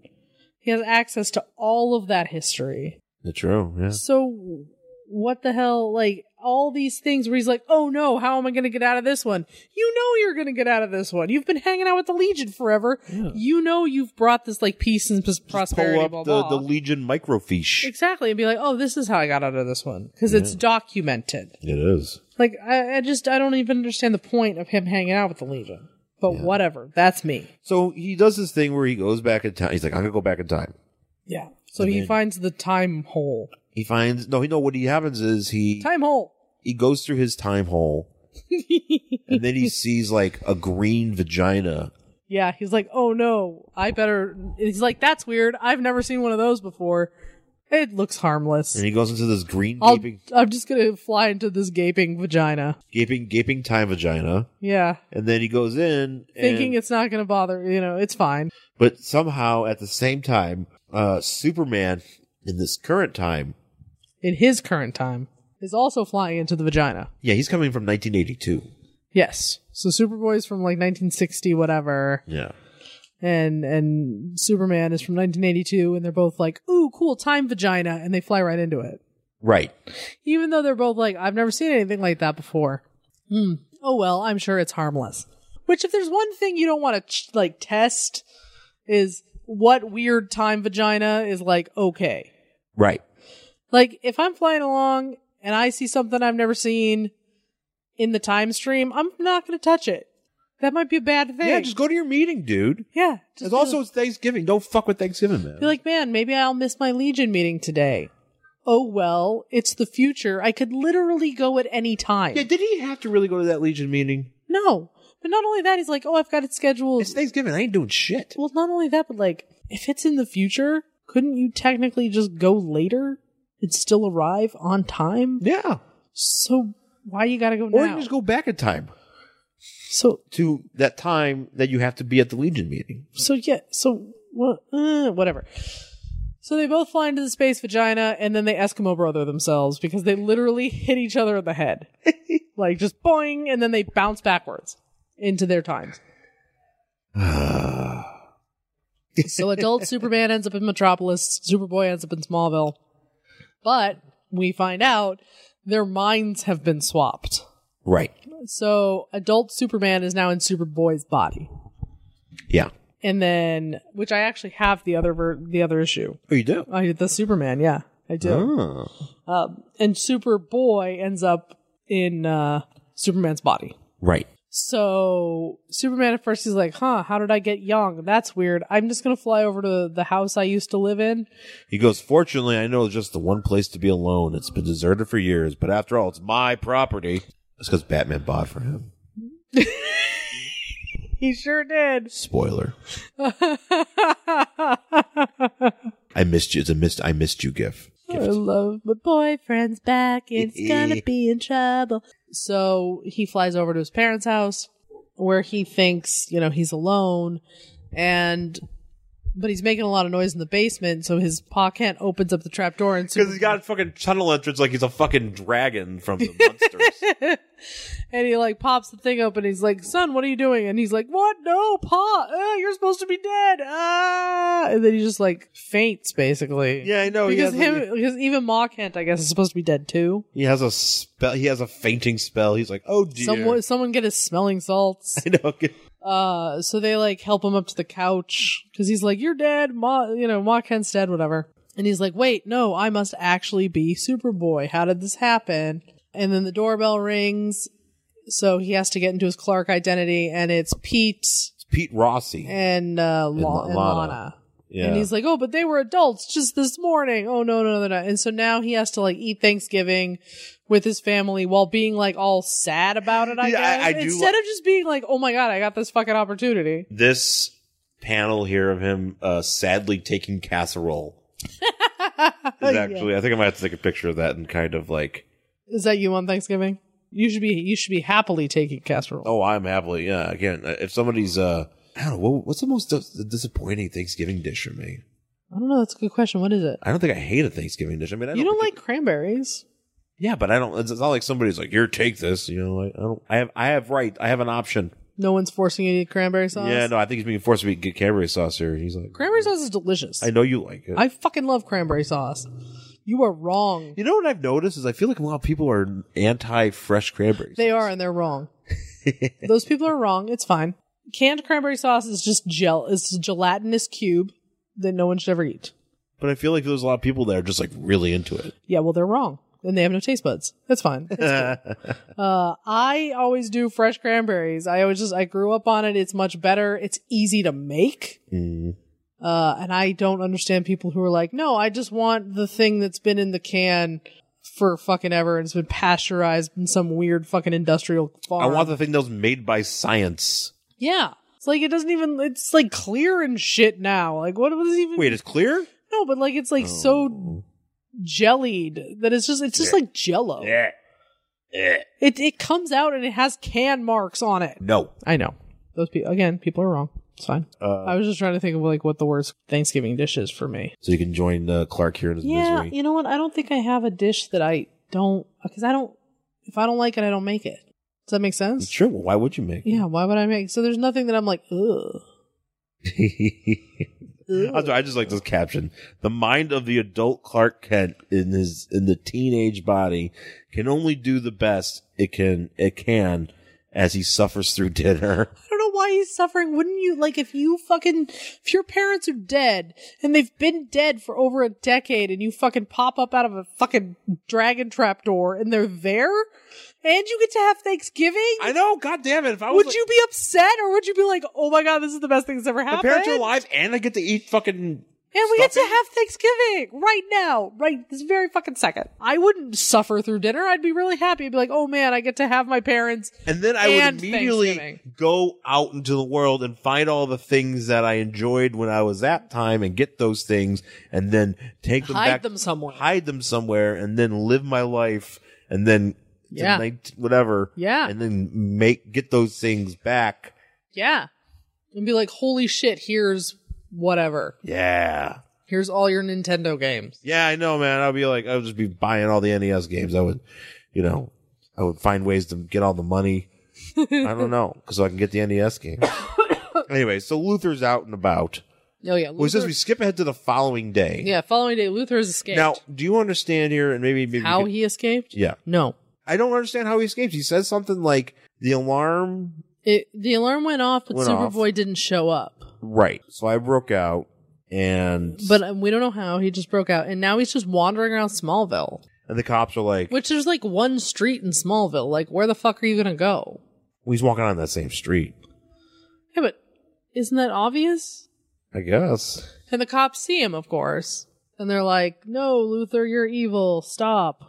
[SPEAKER 2] He has access to all of that history.
[SPEAKER 3] It's true, yeah.
[SPEAKER 2] So what the hell? Like all these things where he's like, "Oh no, how am I going to get out of this one?" You know you're going to get out of this one. You've been hanging out with the Legion forever. You know you've brought this like peace and pros- prosperity.
[SPEAKER 3] Pull up
[SPEAKER 2] blah,
[SPEAKER 3] the,
[SPEAKER 2] blah.
[SPEAKER 3] the Legion microfiche.
[SPEAKER 2] exactly, and be like, "Oh, this is how I got out of this one," because it's documented.
[SPEAKER 3] It is.
[SPEAKER 2] Like I, I just I don't even understand the point of him hanging out with the Legion. But whatever, that's me.
[SPEAKER 3] So he does this thing where he goes back in time. He's like, I'm gonna go back in time.
[SPEAKER 2] Yeah. So he finds the time hole.
[SPEAKER 3] He finds no, he no. What he happens is he
[SPEAKER 2] Time hole.
[SPEAKER 3] he goes through his time hole and then he sees like a green vagina
[SPEAKER 2] Yeah, he's like, oh no, I better. He's like, that's weird. I've never seen one of those before. It looks harmless.
[SPEAKER 3] and he goes into this green
[SPEAKER 2] I'll,
[SPEAKER 3] gaping,
[SPEAKER 2] I'm just gonna fly into this gaping vagina.
[SPEAKER 3] gaping gaping time vagina
[SPEAKER 2] Yeah,
[SPEAKER 3] and then he goes in and,
[SPEAKER 2] thinking it's not gonna bother. You know, it's fine.
[SPEAKER 3] but somehow at the same time uh superman in this current time
[SPEAKER 2] In his current time, is also flying into the vagina.
[SPEAKER 3] yeah he's coming from 1982
[SPEAKER 2] Yes. So Superboy's from like 1960, whatever,
[SPEAKER 3] yeah
[SPEAKER 2] and and Superman is from 1982, and they're both like, ooh, cool time vagina, and they fly right into it.
[SPEAKER 3] right
[SPEAKER 2] even though they're both like, I've never seen anything like that before. Hmm. Oh well, I'm sure it's harmless. Which, if there's one thing you don't want to ch- like test, is what weird time vagina is like okay.
[SPEAKER 3] right
[SPEAKER 2] Like if I'm flying along and I see something I've never seen in the time stream, I'm not going to touch it. That might be a bad thing.
[SPEAKER 3] yeah just go to your meeting dude
[SPEAKER 2] Yeah. just
[SPEAKER 3] it's
[SPEAKER 2] be
[SPEAKER 3] also
[SPEAKER 2] like-
[SPEAKER 3] it's thanksgiving don't fuck with thanksgiving man
[SPEAKER 2] be like, man, maybe I'll miss my Legion meeting today. Oh well, it's the future. I could literally go at any time.
[SPEAKER 3] yeah did he have to really go to that legion meeting
[SPEAKER 2] No. But not only that, he's like, oh, I've got it scheduled.
[SPEAKER 3] it's thanksgiving i ain't doing shit
[SPEAKER 2] well, not only that, but like, if it's in the future, couldn't you technically just go later and still arrive on time?
[SPEAKER 3] yeah
[SPEAKER 2] So why you gotta go
[SPEAKER 3] or you
[SPEAKER 2] now?
[SPEAKER 3] can just go back in time
[SPEAKER 2] so,
[SPEAKER 3] to that time that you have to be at the Legion meeting.
[SPEAKER 2] so yeah, so what? Uh, whatever. So they both fly into the space vagina and then they Eskimo brother themselves because they literally hit each other in the head. like just boing and then they bounce backwards into their times. So adult Superman ends up in Metropolis, Superboy ends up in Smallville. But we find out their minds have been swapped.
[SPEAKER 3] right.
[SPEAKER 2] So adult Superman is now in Superboy's body.
[SPEAKER 3] Yeah.
[SPEAKER 2] And then which I actually have the other ver- the other issue.
[SPEAKER 3] Oh, you do?
[SPEAKER 2] I did the Superman, yeah. I do.
[SPEAKER 3] Oh.
[SPEAKER 2] Um, and Superboy ends up in uh, Superman's body.
[SPEAKER 3] Right.
[SPEAKER 2] So Superman at first he's like, huh, how did I get young? That's weird. I'm just gonna fly over to the house I used to live in
[SPEAKER 3] He goes, Fortunately, I know just the one place to be alone. It's been deserted for years, but after all, it's my property. That's because Batman bought for him.
[SPEAKER 2] He sure did.
[SPEAKER 3] Spoiler.
[SPEAKER 2] I
[SPEAKER 3] I missed you. It's a missed, I missed you gif.
[SPEAKER 2] love my boyfriend's back. It's gonna be in trouble. So he flies over to his parents' house where he thinks, you know, he's alone. And but he's making a lot of noise in the basement, so his paw cat opens up the trap door and
[SPEAKER 3] Because he's got a fucking tunnel entrance like he's a fucking dragon from the monsters.
[SPEAKER 2] and he like pops the thing open. He's like, "Son, what are you doing?" And he's like, "What? No, Pa, uh, you're supposed to be dead." Ah! And then he just like faints, basically.
[SPEAKER 6] Oh, Yeah, I know.
[SPEAKER 2] because
[SPEAKER 6] he has
[SPEAKER 2] him, because even Ma Kent, I guess, is supposed to be dead too.
[SPEAKER 3] he has a spell. He has a fainting spell. He's like, oh dear.
[SPEAKER 2] Someone, someone get his smelling salts.
[SPEAKER 3] I know.
[SPEAKER 2] Uh, so they like help him up to the couch because he's like, "You're dead, Ma. You know, Ma Kent's dead, whatever." And he's like, "Wait, no, I must actually be Superboy. How did this happen?" And then the doorbell rings, so he has to get into his Clark identity, and it's Pete
[SPEAKER 3] It's Pete Rossi.
[SPEAKER 2] and uh, La-
[SPEAKER 3] La-
[SPEAKER 2] and
[SPEAKER 3] Lana.
[SPEAKER 2] Lana.
[SPEAKER 3] yeah.
[SPEAKER 2] And he's like, "Oh, but they were adults just this morning." Oh no, no, no, no! And so now he has to like eat Thanksgiving with his family while being like all sad about it. I
[SPEAKER 3] Yeah, I-
[SPEAKER 2] guess
[SPEAKER 3] I do
[SPEAKER 2] instead
[SPEAKER 3] li-
[SPEAKER 2] of just being like, "Oh my god, I got this fucking opportunity."
[SPEAKER 3] this panel here of him uh, sadly taking casserole is actually. I think I might have to take a picture of that and kind of like,
[SPEAKER 2] Is that you on Thanksgiving? You should be you should be happily taking casserole.
[SPEAKER 3] oh, I'm happily. Yeah, again, uh, if somebody's, uh, I don't know, what, what's the most dis- disappointing Thanksgiving dish for me?
[SPEAKER 2] I don't know. That's a good question. What is it?
[SPEAKER 3] I don't think I hate a Thanksgiving dish. I mean, I don't
[SPEAKER 2] you don't
[SPEAKER 3] particu-
[SPEAKER 2] like cranberries.
[SPEAKER 3] Yeah, but I don't. It's it's not like somebody's like, "Here, take this." You know, like, I don't. I have. I have right. I have an option.
[SPEAKER 2] No one's forcing you to eat cranberry sauce.
[SPEAKER 3] Yeah, no. I think he's being forced to be get cranberry sauce here. He's like,
[SPEAKER 2] Cranberry sauce is delicious.
[SPEAKER 3] "I know you like it."
[SPEAKER 2] I fucking love cranberry sauce. You are wrong.
[SPEAKER 3] you know what I've noticed is I feel like a lot of people are anti fresh cranberries.
[SPEAKER 2] They are, and they're wrong. Those people are wrong. It's fine. Canned cranberry sauce is just gel. It's a gelatinous cube that no one should ever eat.
[SPEAKER 3] but I feel like there's a lot of people that are just like really into it.
[SPEAKER 2] Yeah, well, they're wrong, and they have no taste buds. That's fine. That's cool. uh, I always do fresh cranberries. I always just I grew up on it. It's much better. It's easy to make.
[SPEAKER 3] Mm.
[SPEAKER 2] Uh, and I don't understand people who are like, no, I just want the thing that's been in the can for fucking ever and it's been pasteurized in some weird fucking industrial farm.
[SPEAKER 3] I want the thing that was made by science.
[SPEAKER 2] Yeah. It's like it doesn't even it's like clear and shit now. Like what was even
[SPEAKER 3] Wait, Oh. it's clear.
[SPEAKER 2] No, but like it's like so jellied that it's just it's just like jello.
[SPEAKER 3] Yeah.
[SPEAKER 2] It it comes out and it has can marks on it.
[SPEAKER 3] No.
[SPEAKER 2] I know. Those people again, people are wrong. It's fine.
[SPEAKER 3] Uh,
[SPEAKER 2] I was just trying to think of like what the worst Thanksgiving dish is for me.
[SPEAKER 3] So you can join uh, Clark here in his
[SPEAKER 2] Yeah,
[SPEAKER 3] misery.
[SPEAKER 2] you know what? I don't think I have a dish that I don't because I don't if I don't like it, I don't make it. Does that make sense?
[SPEAKER 3] Sure. Well, why would you make?
[SPEAKER 2] Yeah, why would I make so there's nothing that I'm like, ugh.
[SPEAKER 3] I I just like this caption. The mind of the adult Clark Kent in his in the teenage body can only do the best it can it can as he suffers through dinner.
[SPEAKER 2] I don't know why he's suffering. Wouldn't you like if you fucking if your parents are dead and they've been dead for over a decade and you fucking pop up out of a fucking dragon trap door and they're there and you get to have Thanksgiving?
[SPEAKER 3] I know, god damn it. If I was
[SPEAKER 2] would
[SPEAKER 3] like,
[SPEAKER 2] you be upset or would you be like, "Oh my god, this is the best thing that's ever
[SPEAKER 3] my
[SPEAKER 2] happened"?
[SPEAKER 3] parents are alive and I get to eat fucking
[SPEAKER 2] and we get to have Thanksgiving right now, right this very fucking second. I wouldn't suffer through dinner. I'd be really happy. I'd be like, "Oh man, I get to have my parents."
[SPEAKER 3] and then I
[SPEAKER 2] And
[SPEAKER 3] would immediately
[SPEAKER 2] Thanksgiving.
[SPEAKER 3] go out into the world and find all the things that I enjoyed when I was that time and get those things and then take them
[SPEAKER 2] Hide
[SPEAKER 3] back
[SPEAKER 2] them somewhere.
[SPEAKER 3] hide them somewhere and then live my life and then to
[SPEAKER 2] Yeah.
[SPEAKER 3] night- whatever
[SPEAKER 2] Yeah.
[SPEAKER 3] and then make get those things back
[SPEAKER 2] Yeah. And be like, holy shit, here's whatever.
[SPEAKER 3] yeah
[SPEAKER 2] Here's all your Nintendo games.
[SPEAKER 3] yeah I know man I'll be like I would just be buying all the NES games I would you know I would find ways to get all the money I don't know so I can get the NES game anyway so Luther's out and about
[SPEAKER 2] Oh, yeah.
[SPEAKER 3] well, he says
[SPEAKER 2] Luther-
[SPEAKER 3] we skip ahead to the following day
[SPEAKER 2] yeah, following day, Luther has escaped.
[SPEAKER 3] now do you understand here and maybe, maybe you
[SPEAKER 2] How
[SPEAKER 3] could-
[SPEAKER 2] he escaped?
[SPEAKER 3] yeah
[SPEAKER 2] No.
[SPEAKER 3] I don't understand how he escapes he says something like the alarm
[SPEAKER 2] It, the alarm went off, but
[SPEAKER 3] Went off.
[SPEAKER 2] Superboy didn't show up.
[SPEAKER 3] Right. So I broke out and
[SPEAKER 2] But um, we don't know how. He just broke out. And now he's just wandering around Smallville,
[SPEAKER 3] and the cops are like
[SPEAKER 2] which there's like one street in Smallville. Like, where the fuck are you going to go?
[SPEAKER 3] well, he's walking on that same street.
[SPEAKER 2] Yeah, but isn't that obvious?
[SPEAKER 3] I guess.
[SPEAKER 2] And the cops see him, of course. And they're like, no, Luther, you're evil. Stop.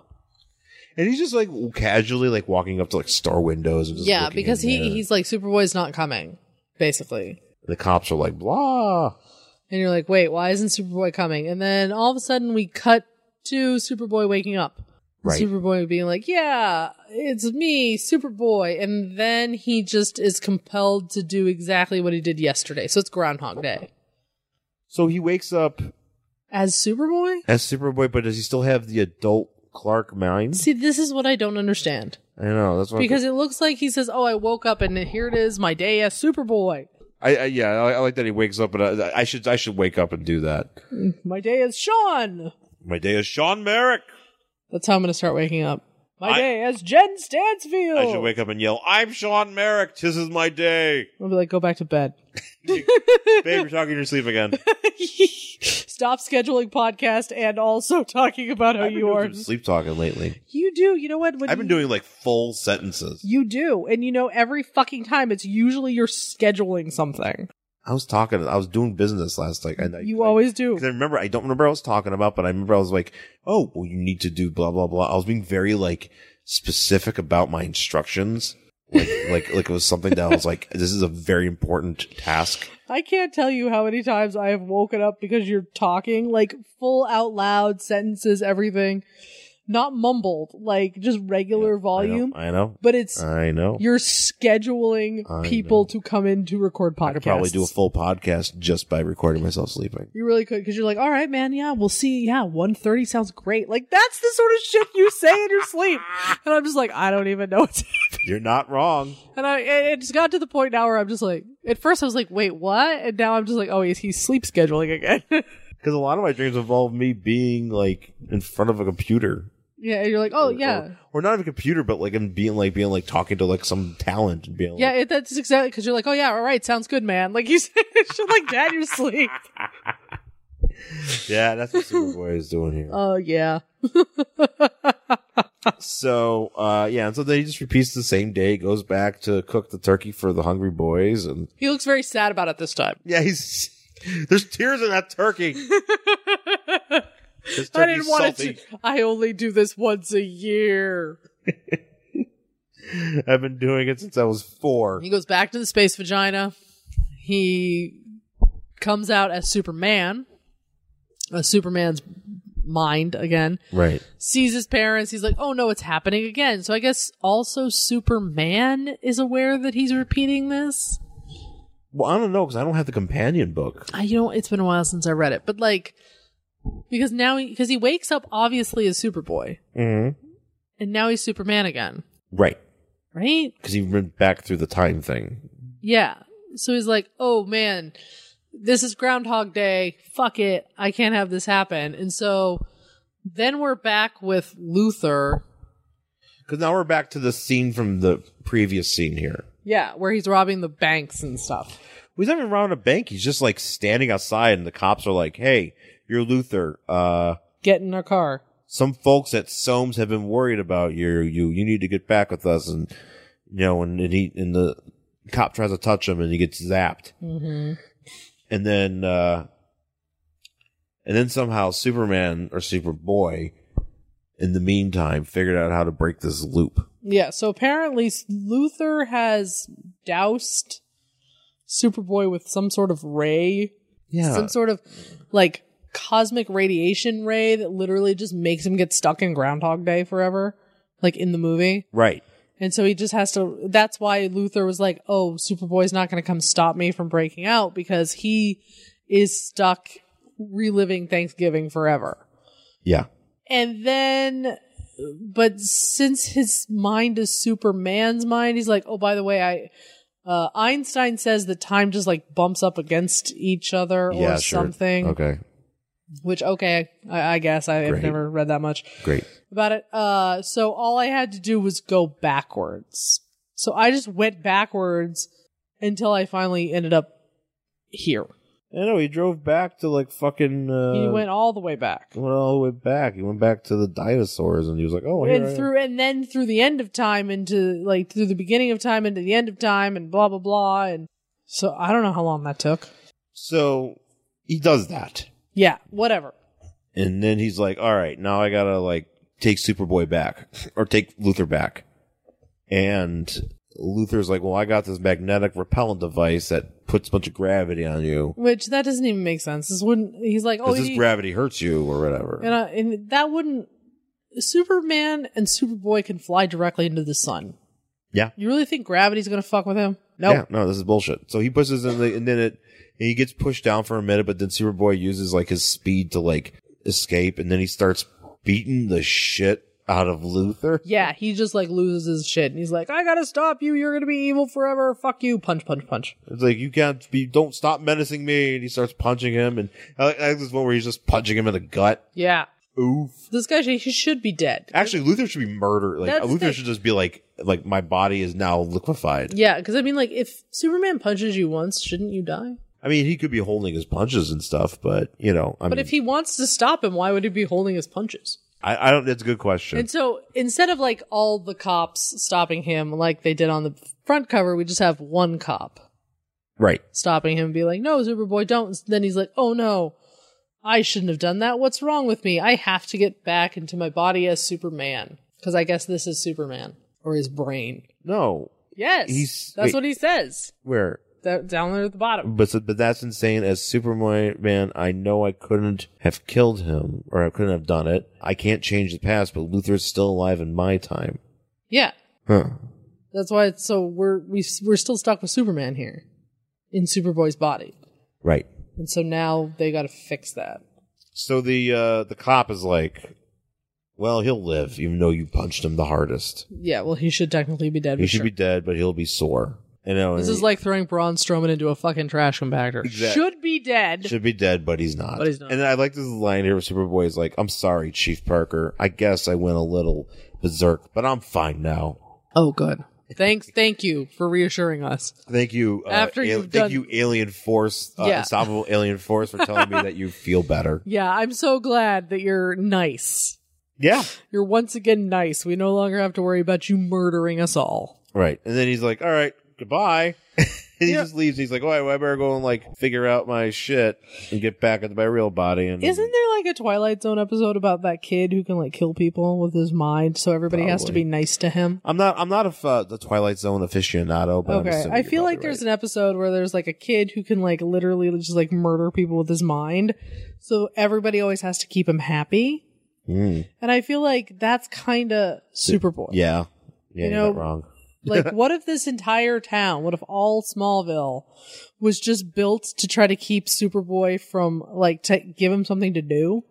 [SPEAKER 3] And he's just like casually like walking up to like store windows and just
[SPEAKER 2] yeah,
[SPEAKER 3] looking
[SPEAKER 2] because
[SPEAKER 3] in
[SPEAKER 2] he
[SPEAKER 3] there.
[SPEAKER 2] he's like Superboy's not coming, basically.
[SPEAKER 3] the cops are like blah.
[SPEAKER 2] And you're like, wait, why isn't Superboy coming? And then all of a sudden we cut to Superboy waking up.
[SPEAKER 3] Right.
[SPEAKER 2] Superboy being like, yeah, it's me, Superboy. And then he just is compelled to do exactly what he did yesterday. So it's Groundhog Day.
[SPEAKER 3] So he wakes up
[SPEAKER 2] As Superboy?
[SPEAKER 3] as Superboy, but does he still have the adult Clark mind?
[SPEAKER 2] See, this is what I don't understand.
[SPEAKER 3] I know that's what I'm-
[SPEAKER 2] Because it looks like he says, Oh, I woke up and here it is, my day as Superboy.
[SPEAKER 3] I, I yeah, I, I like that he wakes up, and I, I should I should wake up and do that.
[SPEAKER 2] My day as Sean.
[SPEAKER 3] My day is Sean Merrick.
[SPEAKER 2] That's how I'm going to start waking up. My
[SPEAKER 3] I-
[SPEAKER 2] day as Jen Stansfield.
[SPEAKER 3] I should wake up and yell, "I'm Sean Merrick. This is my day."
[SPEAKER 2] I'll be like, Go back to bed.
[SPEAKER 3] Babe, you're talking in your sleep again.
[SPEAKER 2] Stop scheduling podcast and also talking about how
[SPEAKER 3] I've been
[SPEAKER 2] you
[SPEAKER 3] doing
[SPEAKER 2] are.
[SPEAKER 3] some sleep talking lately.
[SPEAKER 2] You do. You know what? When
[SPEAKER 3] I've been
[SPEAKER 2] you-
[SPEAKER 3] doing like full sentences.
[SPEAKER 2] You do. And you know, every fucking time it's usually you're scheduling something.
[SPEAKER 3] I was talking. I was doing business last night, and I,
[SPEAKER 2] You always do.
[SPEAKER 3] Because I remember, I don't remember what I was talking about, but I remember I was like, "Oh, well, you need to do blah blah blah." I was being very like specific about my instructions, like like like it was something that I was like, "This is a very important task."
[SPEAKER 2] I can't tell you how many times I have woken up because you're talking like full out loud sentences, everything, not mumbled, like just regular volume.
[SPEAKER 3] I know.
[SPEAKER 2] But it's
[SPEAKER 3] I know.
[SPEAKER 2] you're scheduling
[SPEAKER 3] I
[SPEAKER 2] people
[SPEAKER 3] know.
[SPEAKER 2] to come in to record podcasts.
[SPEAKER 3] I could probably do a full podcast just by recording myself sleeping.
[SPEAKER 2] you really could because you're like, all right, man, yeah, we'll see. Yeah, one thirty sounds great. Like that's the sort of shit you say in your sleep, and I'm just like, I don't even know what's
[SPEAKER 3] You're not wrong.
[SPEAKER 2] And I, it, it just got to the point now where I'm just like, at first I was like, wait, what? And now I'm just like, oh, he's, he's sleep scheduling again.
[SPEAKER 3] Because a lot of my dreams involve me being like in front of a computer.
[SPEAKER 2] yeah, and you're like, oh,
[SPEAKER 3] Or-
[SPEAKER 2] yeah.
[SPEAKER 3] Or, or not of a computer, but like and being like being like talking to like some talent and being like,
[SPEAKER 2] yeah, it, that's exactly because you're like, oh, yeah, all right, sounds good, man. Like you said, shit like that in your sleep.
[SPEAKER 3] yeah, that's what Superboy is doing here.
[SPEAKER 2] Oh, yeah.
[SPEAKER 3] So uh yeah, and so then he just repeats the same day, goes back to cook the turkey for the hungry boys and
[SPEAKER 2] He looks very sad about it this time.
[SPEAKER 3] Yeah, he's there's tears in that turkey. This
[SPEAKER 2] I
[SPEAKER 3] turkey's
[SPEAKER 2] didn't want
[SPEAKER 3] salty.
[SPEAKER 2] to. I only do this once a year.
[SPEAKER 3] I've been doing it since I was four.
[SPEAKER 2] He goes back to the space vagina. He comes out as Superman, a Superman's mind again.
[SPEAKER 3] Right.
[SPEAKER 2] sees his parents. He's like, oh no, it's happening again. So I guess also Superman is aware that he's repeating this.
[SPEAKER 3] Well, I don't know because I don't have the companion book.
[SPEAKER 2] I, you know, it's been a while since I read it, but like, because now he, because he wakes up obviously as Superboy
[SPEAKER 3] Mm-hmm.
[SPEAKER 2] and now he's Superman again,
[SPEAKER 3] Right.
[SPEAKER 2] right?
[SPEAKER 3] Because he went back through the time thing.
[SPEAKER 2] Yeah. So he's like, oh man, this is Groundhog Day. Fuck it. I can't have this happen. And so then we're back with Luther.
[SPEAKER 3] Because now we're back to the scene from the previous scene here.
[SPEAKER 2] Yeah. Where he's robbing the banks and stuff.
[SPEAKER 3] He's not even around a bank. He's just like standing outside, and the cops are like, "Hey, you're Luther. Uh,
[SPEAKER 2] Get in our car.
[SPEAKER 3] some folks at Soames have been worried about you. You you need to get back with us." And you know, and, and he and the cop tries to touch him, and he gets zapped.
[SPEAKER 2] Mm-hmm.
[SPEAKER 3] and then uh and then somehow superman or superboy in the meantime figured out how to break this loop
[SPEAKER 2] Yeah, so apparently S- Luther has doused Superboy with some sort of ray, some sort of like cosmic radiation ray that literally just makes him get stuck in Groundhog Day forever, like in the movie.
[SPEAKER 3] right
[SPEAKER 2] And so he just has to that's why Luther was like, "Oh, Superboy's not going to come stop me from breaking out because he is stuck reliving Thanksgiving forever."
[SPEAKER 3] yeah
[SPEAKER 2] And then, but since his mind is Superman's mind, he's like, oh, by the way, I. Uh, Einstein says that time just like bumps up against each other or
[SPEAKER 3] yeah sure.
[SPEAKER 2] something.
[SPEAKER 3] okay
[SPEAKER 2] Which okay, I, I guess I, I've
[SPEAKER 3] Great.
[SPEAKER 2] never read that much
[SPEAKER 3] great
[SPEAKER 2] about it. Uh, so all I had to do was go backwards. So I just went backwards until I finally ended up here.
[SPEAKER 3] i know he drove back to like fucking uh
[SPEAKER 2] he went all the way back.
[SPEAKER 3] went all the way back he went back to the dinosaurs and he was like oh here I
[SPEAKER 2] and
[SPEAKER 3] am.
[SPEAKER 2] through and then through the end of time into like through the beginning of time into the end of time and blah blah blah and so I don't know how long that took.
[SPEAKER 3] so he does that
[SPEAKER 2] Yeah, whatever.
[SPEAKER 3] and then he's like all right now i gotta like take superboy back or take luther back and luther's like well i got this magnetic repellent device that puts a bunch of gravity on you
[SPEAKER 2] Which that doesn't even make sense. This wouldn't. He's like, oh,
[SPEAKER 3] because this
[SPEAKER 2] he-
[SPEAKER 3] gravity hurts you or whatever
[SPEAKER 2] and, uh, I, and that wouldn't. Superman and Superboy can fly directly into the sun.
[SPEAKER 3] Yeah.
[SPEAKER 2] You really think gravity's gonna fuck with him? Nope.
[SPEAKER 3] Yeah, no, this is bullshit. So he pushes in the, and then it, and he gets pushed down for a minute, but then Superboy uses like his speed to like escape, and then he starts beating the shit out of Luther.
[SPEAKER 2] Yeah, he just like loses his shit and he's like, I gotta stop you. You're gonna be evil forever. Fuck you. Punch, punch, punch.
[SPEAKER 3] It's like you can't be, don't stop menacing me, and he starts punching him, and I like I like this one where he's just punching him in the gut.
[SPEAKER 2] Yeah.
[SPEAKER 3] Oof.
[SPEAKER 2] This guy, he should be dead.
[SPEAKER 3] Actually, Luther should be murdered. Like
[SPEAKER 2] That's
[SPEAKER 3] Luther
[SPEAKER 2] the-
[SPEAKER 3] should just be like, like my body is now liquefied.
[SPEAKER 2] Yeah, because I mean, like, if Superman punches you once, shouldn't you die?
[SPEAKER 3] I mean, he could be holding his punches and stuff, but you know, I
[SPEAKER 2] But
[SPEAKER 3] mean,
[SPEAKER 2] if he wants to stop him, why would he be holding his punches?
[SPEAKER 3] I, I don't. That's a good question.
[SPEAKER 2] And so instead of like all the cops stopping him like they did on the front cover, we just have one cop
[SPEAKER 3] right.
[SPEAKER 2] stopping him and be like, no, Superboy, don't. Then he's like, oh no, I shouldn't have done that. What's wrong with me? I have to get back into my body as Superman. Because I guess this is Superman or his brain.
[SPEAKER 3] No.
[SPEAKER 2] Yes.
[SPEAKER 3] He's-
[SPEAKER 2] that's
[SPEAKER 3] wait.
[SPEAKER 2] what he says
[SPEAKER 3] Where?
[SPEAKER 2] that, down there at the bottom.
[SPEAKER 3] But so- but that's insane. As Superman, I know I couldn't have killed him, or I couldn't have done it. I can't change the past, but Luther's still alive in my time.
[SPEAKER 2] Yeah.
[SPEAKER 3] Huh.
[SPEAKER 2] That's why it's so we're we, we're still stuck with Superman here in Superboy's body.
[SPEAKER 3] Right.
[SPEAKER 2] And so now they got to fix that.
[SPEAKER 3] So the uh, the cop is like, "Well, he'll live, even though you punched him the hardest.
[SPEAKER 2] Yeah, well, he should technically be dead.
[SPEAKER 3] He
[SPEAKER 2] for
[SPEAKER 3] should
[SPEAKER 2] sure.
[SPEAKER 3] be dead, but he'll be sore." You know,
[SPEAKER 2] This
[SPEAKER 3] and
[SPEAKER 2] is like throwing Braun Strowman into a fucking trash compactor.
[SPEAKER 3] Exact-
[SPEAKER 2] Should be dead.
[SPEAKER 3] Should be dead, but he's not.
[SPEAKER 2] But he's not.
[SPEAKER 3] And I like this line here where Superboy is like, I'm sorry, Chief Parker. I guess I went a little berserk, but I'm fine now.
[SPEAKER 2] oh, good. Thanks. Thank you for reassuring us.
[SPEAKER 3] Thank you, uh,
[SPEAKER 2] After
[SPEAKER 3] al-
[SPEAKER 2] you've
[SPEAKER 3] thank
[SPEAKER 2] done-
[SPEAKER 3] you, Alien Force, uh,
[SPEAKER 2] Yeah.
[SPEAKER 3] Unstoppable Alien Force, for telling me that you feel better.
[SPEAKER 2] Yeah, I'm so glad that you're nice.
[SPEAKER 3] Yeah,
[SPEAKER 2] You're once again nice. We no longer have to worry about you murdering us all.
[SPEAKER 3] right. And then he's like, "All right, goodbye." and he
[SPEAKER 2] Yeah.
[SPEAKER 3] just leaves. He's like, "Oh, I better go and like figure out my shit and get back into my real body." And
[SPEAKER 2] Isn't there like a Twilight Zone episode about that kid who can like kill people with his mind? So everybody has to
[SPEAKER 3] Probably.
[SPEAKER 2] be nice to him.
[SPEAKER 3] I'm not. I'm not a f- uh, the Twilight Zone aficionado, but I'm
[SPEAKER 2] Okay,
[SPEAKER 3] assuming
[SPEAKER 2] I
[SPEAKER 3] you're
[SPEAKER 2] feel like
[SPEAKER 3] probably
[SPEAKER 2] there's
[SPEAKER 3] right.
[SPEAKER 2] an episode where there's like a kid who can like literally just like murder people with his mind. So everybody always has to keep him happy.
[SPEAKER 3] Mm,
[SPEAKER 2] And I feel like that's kind of Superboy.
[SPEAKER 3] yeah,
[SPEAKER 2] You
[SPEAKER 3] yeah, you
[SPEAKER 2] know,
[SPEAKER 3] are not wrong.
[SPEAKER 2] Like, what if this entire town, what if all Smallville was just built to try to keep Superboy from, like, to give him something to do?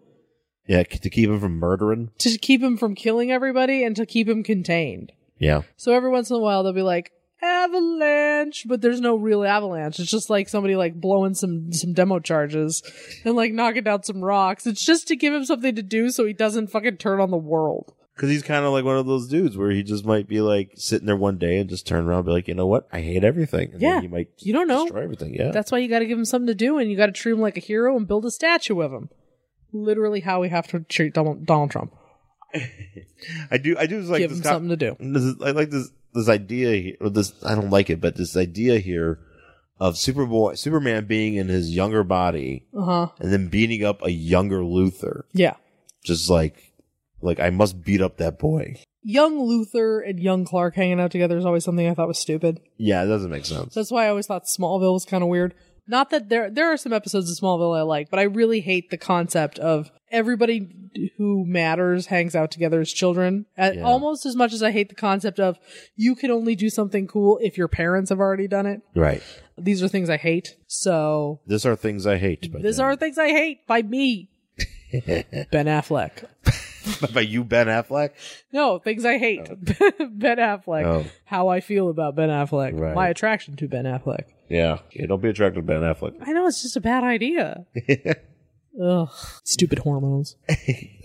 [SPEAKER 3] Yeah, c- to keep him from murdering.
[SPEAKER 2] To keep him from killing everybody and to keep him contained.
[SPEAKER 3] Yeah,
[SPEAKER 2] So every once in a while they'll be like, avalanche, but there's no real avalanche. It's just like somebody like blowing some, some demo charges and like knocking down some rocks. It's just to give him something to do so he doesn't fucking turn on the world.
[SPEAKER 3] because he's kind of like one of those dudes where he just might be like sitting there one day and just turn around and be like, you know what, I hate everything. And then
[SPEAKER 2] Yeah.
[SPEAKER 3] you might
[SPEAKER 2] You don't know.
[SPEAKER 3] destroy everything. Yeah,
[SPEAKER 2] That's why you got to give him something to do, and you got to treat him like a hero and build a statue of him. Literally, how we have to treat Donald, Donald Trump.
[SPEAKER 3] I do. I do just like
[SPEAKER 2] give
[SPEAKER 3] this.
[SPEAKER 2] him
[SPEAKER 3] co-
[SPEAKER 2] something to do.
[SPEAKER 3] this is, I like this this idea here. Or this I don't like it, but this idea here of Superboy, Superman being in his younger body
[SPEAKER 2] Uh huh.
[SPEAKER 3] and then beating up a younger Luther,
[SPEAKER 2] Yeah.
[SPEAKER 3] just like like I must beat up that boy.
[SPEAKER 2] Young Luther and young Clark hanging out together is always something I thought was stupid.
[SPEAKER 3] Yeah, it doesn't make sense.
[SPEAKER 2] That's why I always thought Smallville was kind of weird. Not that there there are some episodes of Smallville I like, but I really hate the concept of everybody who matters hangs out together as children. A-
[SPEAKER 3] Yeah.
[SPEAKER 2] Almost as much as I hate the concept of you can only do something cool if your parents have already done it.
[SPEAKER 3] Right.
[SPEAKER 2] These are things I hate. So
[SPEAKER 3] These are things I hate. But uh,
[SPEAKER 2] These
[SPEAKER 3] then-
[SPEAKER 2] are things I hate by me. ben Affleck.
[SPEAKER 3] by you, Ben Affleck.
[SPEAKER 2] No, things I hate. ben Affleck.
[SPEAKER 3] Oh.
[SPEAKER 2] How I feel about Ben Affleck.
[SPEAKER 3] Right.
[SPEAKER 2] My attraction to Ben Affleck.
[SPEAKER 3] Yeah. yeah. Don't be attracted to Ben Affleck.
[SPEAKER 2] I know it's just a bad idea. Ugh. Stupid hormones.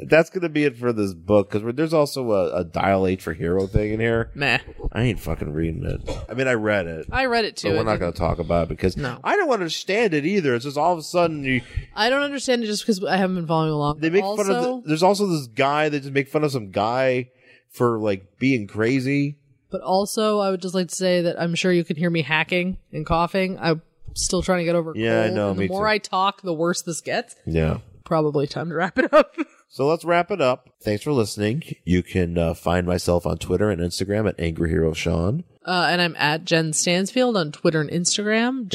[SPEAKER 3] That's gonna be it for this book because there's also a, a dial eight for hero thing in here.
[SPEAKER 2] Meh.
[SPEAKER 3] I ain't fucking reading it. I mean, I read it.
[SPEAKER 2] I read it too.
[SPEAKER 3] but we're
[SPEAKER 2] I
[SPEAKER 3] not
[SPEAKER 2] didn't-
[SPEAKER 3] going to talk about it because
[SPEAKER 2] No.
[SPEAKER 3] I don't understand it either. It's just all of a sudden you,
[SPEAKER 2] I don't understand it just because I haven't been following along.
[SPEAKER 3] they make
[SPEAKER 2] also,
[SPEAKER 3] fun of. The, there's also this guy that just make fun of some guy for like being crazy.
[SPEAKER 2] But also, I would just like to say that I'm sure you can hear me hacking and coughing. I'm still trying to get over. a
[SPEAKER 3] Yeah, I
[SPEAKER 2] cold,
[SPEAKER 3] know,
[SPEAKER 2] and
[SPEAKER 3] me
[SPEAKER 2] the more
[SPEAKER 3] too.
[SPEAKER 2] I talk, the worse this gets.
[SPEAKER 3] Yeah.
[SPEAKER 2] Probably time to wrap it up.
[SPEAKER 3] So let's wrap it up. Thanks for listening. You can uh, find myself on Twitter and Instagram at Angry Hero Sean.
[SPEAKER 2] Uh, and I'm at Jen Stansfield on Twitter and Instagram,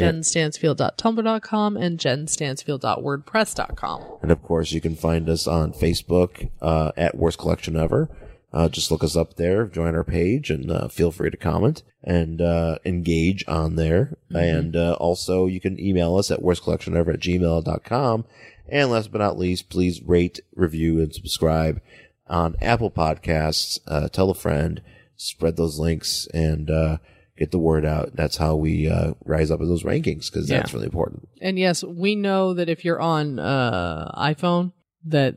[SPEAKER 2] jenstansfield.tumblr.com and jenstansfield.wordpress.com.
[SPEAKER 3] And of course, you can find us on Facebook uh, at Worst Collection Ever. uh, just look us up there, join our page, and uh, feel free to comment and uh, engage on there.
[SPEAKER 2] Mm-hmm.
[SPEAKER 3] And uh, also, you can email us at worstcollectionever at gmail.com. And last but not least, please rate, review, and subscribe on Apple Podcasts. Uh, tell a friend, spread those links, and uh, get the word out. That's how we uh, rise up in those rankings because that's really important.
[SPEAKER 2] And yes, we know that if you're on uh, iPhone, that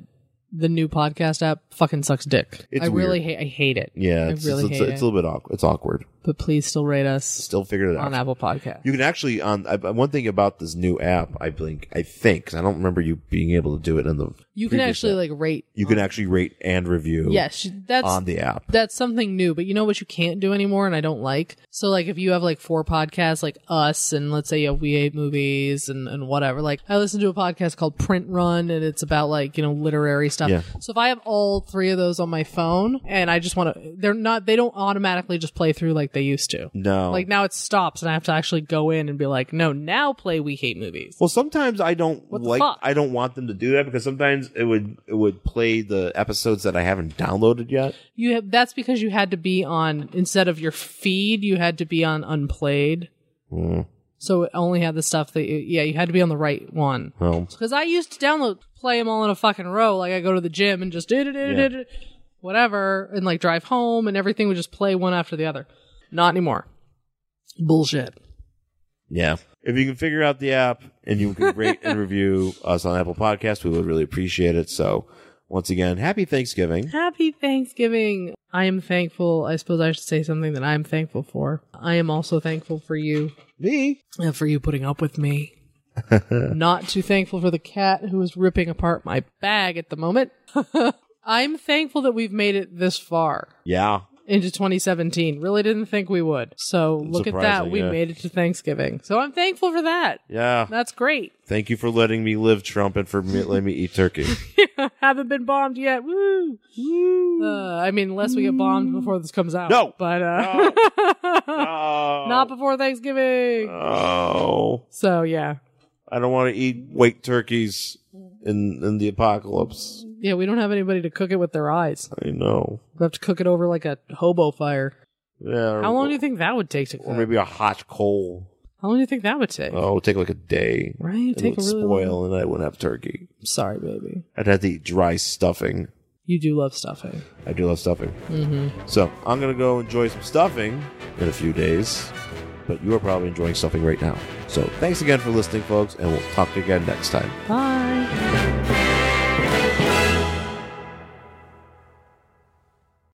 [SPEAKER 2] the new podcast app fucking sucks dick.
[SPEAKER 3] It's
[SPEAKER 2] I really hate.
[SPEAKER 3] weird.
[SPEAKER 2] I hate it.
[SPEAKER 3] Yeah,
[SPEAKER 2] I
[SPEAKER 3] it's,
[SPEAKER 2] really
[SPEAKER 3] it's,
[SPEAKER 2] hate
[SPEAKER 3] it's
[SPEAKER 2] it.
[SPEAKER 3] a little bit awkward. It's awkward.
[SPEAKER 2] But please still rate us
[SPEAKER 3] Still figure it out.
[SPEAKER 2] on Apple Podcast.
[SPEAKER 3] You can actually on I, one thing about this new app. I think I think 'cause I don't remember you being able to do it in the.
[SPEAKER 2] You can
[SPEAKER 3] previous
[SPEAKER 2] actually
[SPEAKER 3] app.
[SPEAKER 2] like rate.
[SPEAKER 3] You can actually rate and review.
[SPEAKER 2] Oh. Yes, that's
[SPEAKER 3] on the app.
[SPEAKER 2] that's something new. But you know what you can't do anymore, and I don't like. So like, if you have like four podcasts, like us, and let's say you have we hate movies and and whatever. Like, I listen to a podcast called Print Run, and it's about like you know literary stuff.
[SPEAKER 3] Yeah.
[SPEAKER 2] So if I have all three of those on my phone, and I just want to, they're not. They don't automatically just play through like they used to.
[SPEAKER 3] No,
[SPEAKER 2] Like now it stops, and I have to actually go in and be like, no, now play we hate movies.
[SPEAKER 3] Well, sometimes I don't
[SPEAKER 2] What the
[SPEAKER 3] like.
[SPEAKER 2] fuck?
[SPEAKER 3] I don't want them to do that because sometimes it would it would play the episodes that I haven't downloaded yet.
[SPEAKER 2] You have that's because you had to be on instead of your feed, you had to be on unplayed.
[SPEAKER 3] Mm,
[SPEAKER 2] So it only had the stuff that you, yeah, you had to be on the right one.
[SPEAKER 3] well,
[SPEAKER 2] Because I used to download play them all in a fucking row. Like I go to the gym and just do do do do do whatever, and like drive home and everything would just play one after the other. Not anymore. Bullshit.
[SPEAKER 3] yeah. If you can figure out the app and you can rate and review us on Apple Podcast, we would really appreciate it. So, once again, happy Thanksgiving.
[SPEAKER 2] Happy Thanksgiving. I am thankful. I suppose I should say something that I'm thankful for. I am also thankful for you
[SPEAKER 3] Me.
[SPEAKER 2] and for you putting up with me. Not too thankful for the cat who is ripping apart my bag at the moment. I'm thankful that we've made it this far
[SPEAKER 3] Yeah.
[SPEAKER 2] into 2017. Really didn't think we would. So look at that.
[SPEAKER 3] Surprising,
[SPEAKER 2] We
[SPEAKER 3] yeah.
[SPEAKER 2] made it to Thanksgiving. So I'm thankful for that.
[SPEAKER 3] Yeah.
[SPEAKER 2] That's great.
[SPEAKER 3] Thank you for letting me live, Trump, and for me, letting me eat turkey.
[SPEAKER 2] Haven't been bombed yet. Woo! Woo! Uh, I mean, unless we get bombed before this comes out.
[SPEAKER 3] No.
[SPEAKER 2] But, uh, not before Thanksgiving.
[SPEAKER 3] Uh. Oh,
[SPEAKER 2] so yeah.
[SPEAKER 3] I don't want to eat white turkeys in in the apocalypse.
[SPEAKER 2] Yeah, we don't have anybody to cook it with their eyes.
[SPEAKER 3] I know.
[SPEAKER 2] We have to cook it over like a hobo fire.
[SPEAKER 3] Yeah.
[SPEAKER 2] How long do you think that would take to cook?
[SPEAKER 3] Or maybe a hot coal.
[SPEAKER 2] How long do you think that would take?
[SPEAKER 3] Oh, it would take like a day.
[SPEAKER 2] Right?
[SPEAKER 3] It
[SPEAKER 2] Take
[SPEAKER 3] would
[SPEAKER 2] a really long-
[SPEAKER 3] spoil, and I wouldn't have turkey.
[SPEAKER 2] I'm sorry, baby.
[SPEAKER 3] I'd have to eat dry stuffing.
[SPEAKER 2] You do love stuffing.
[SPEAKER 3] I do love stuffing.
[SPEAKER 2] Mm-hmm.
[SPEAKER 3] So I'm gonna go enjoy some stuffing in a few days. But you are probably enjoying stuffing right now. So thanks again for listening, folks, and we'll talk to you again next time.
[SPEAKER 2] Bye.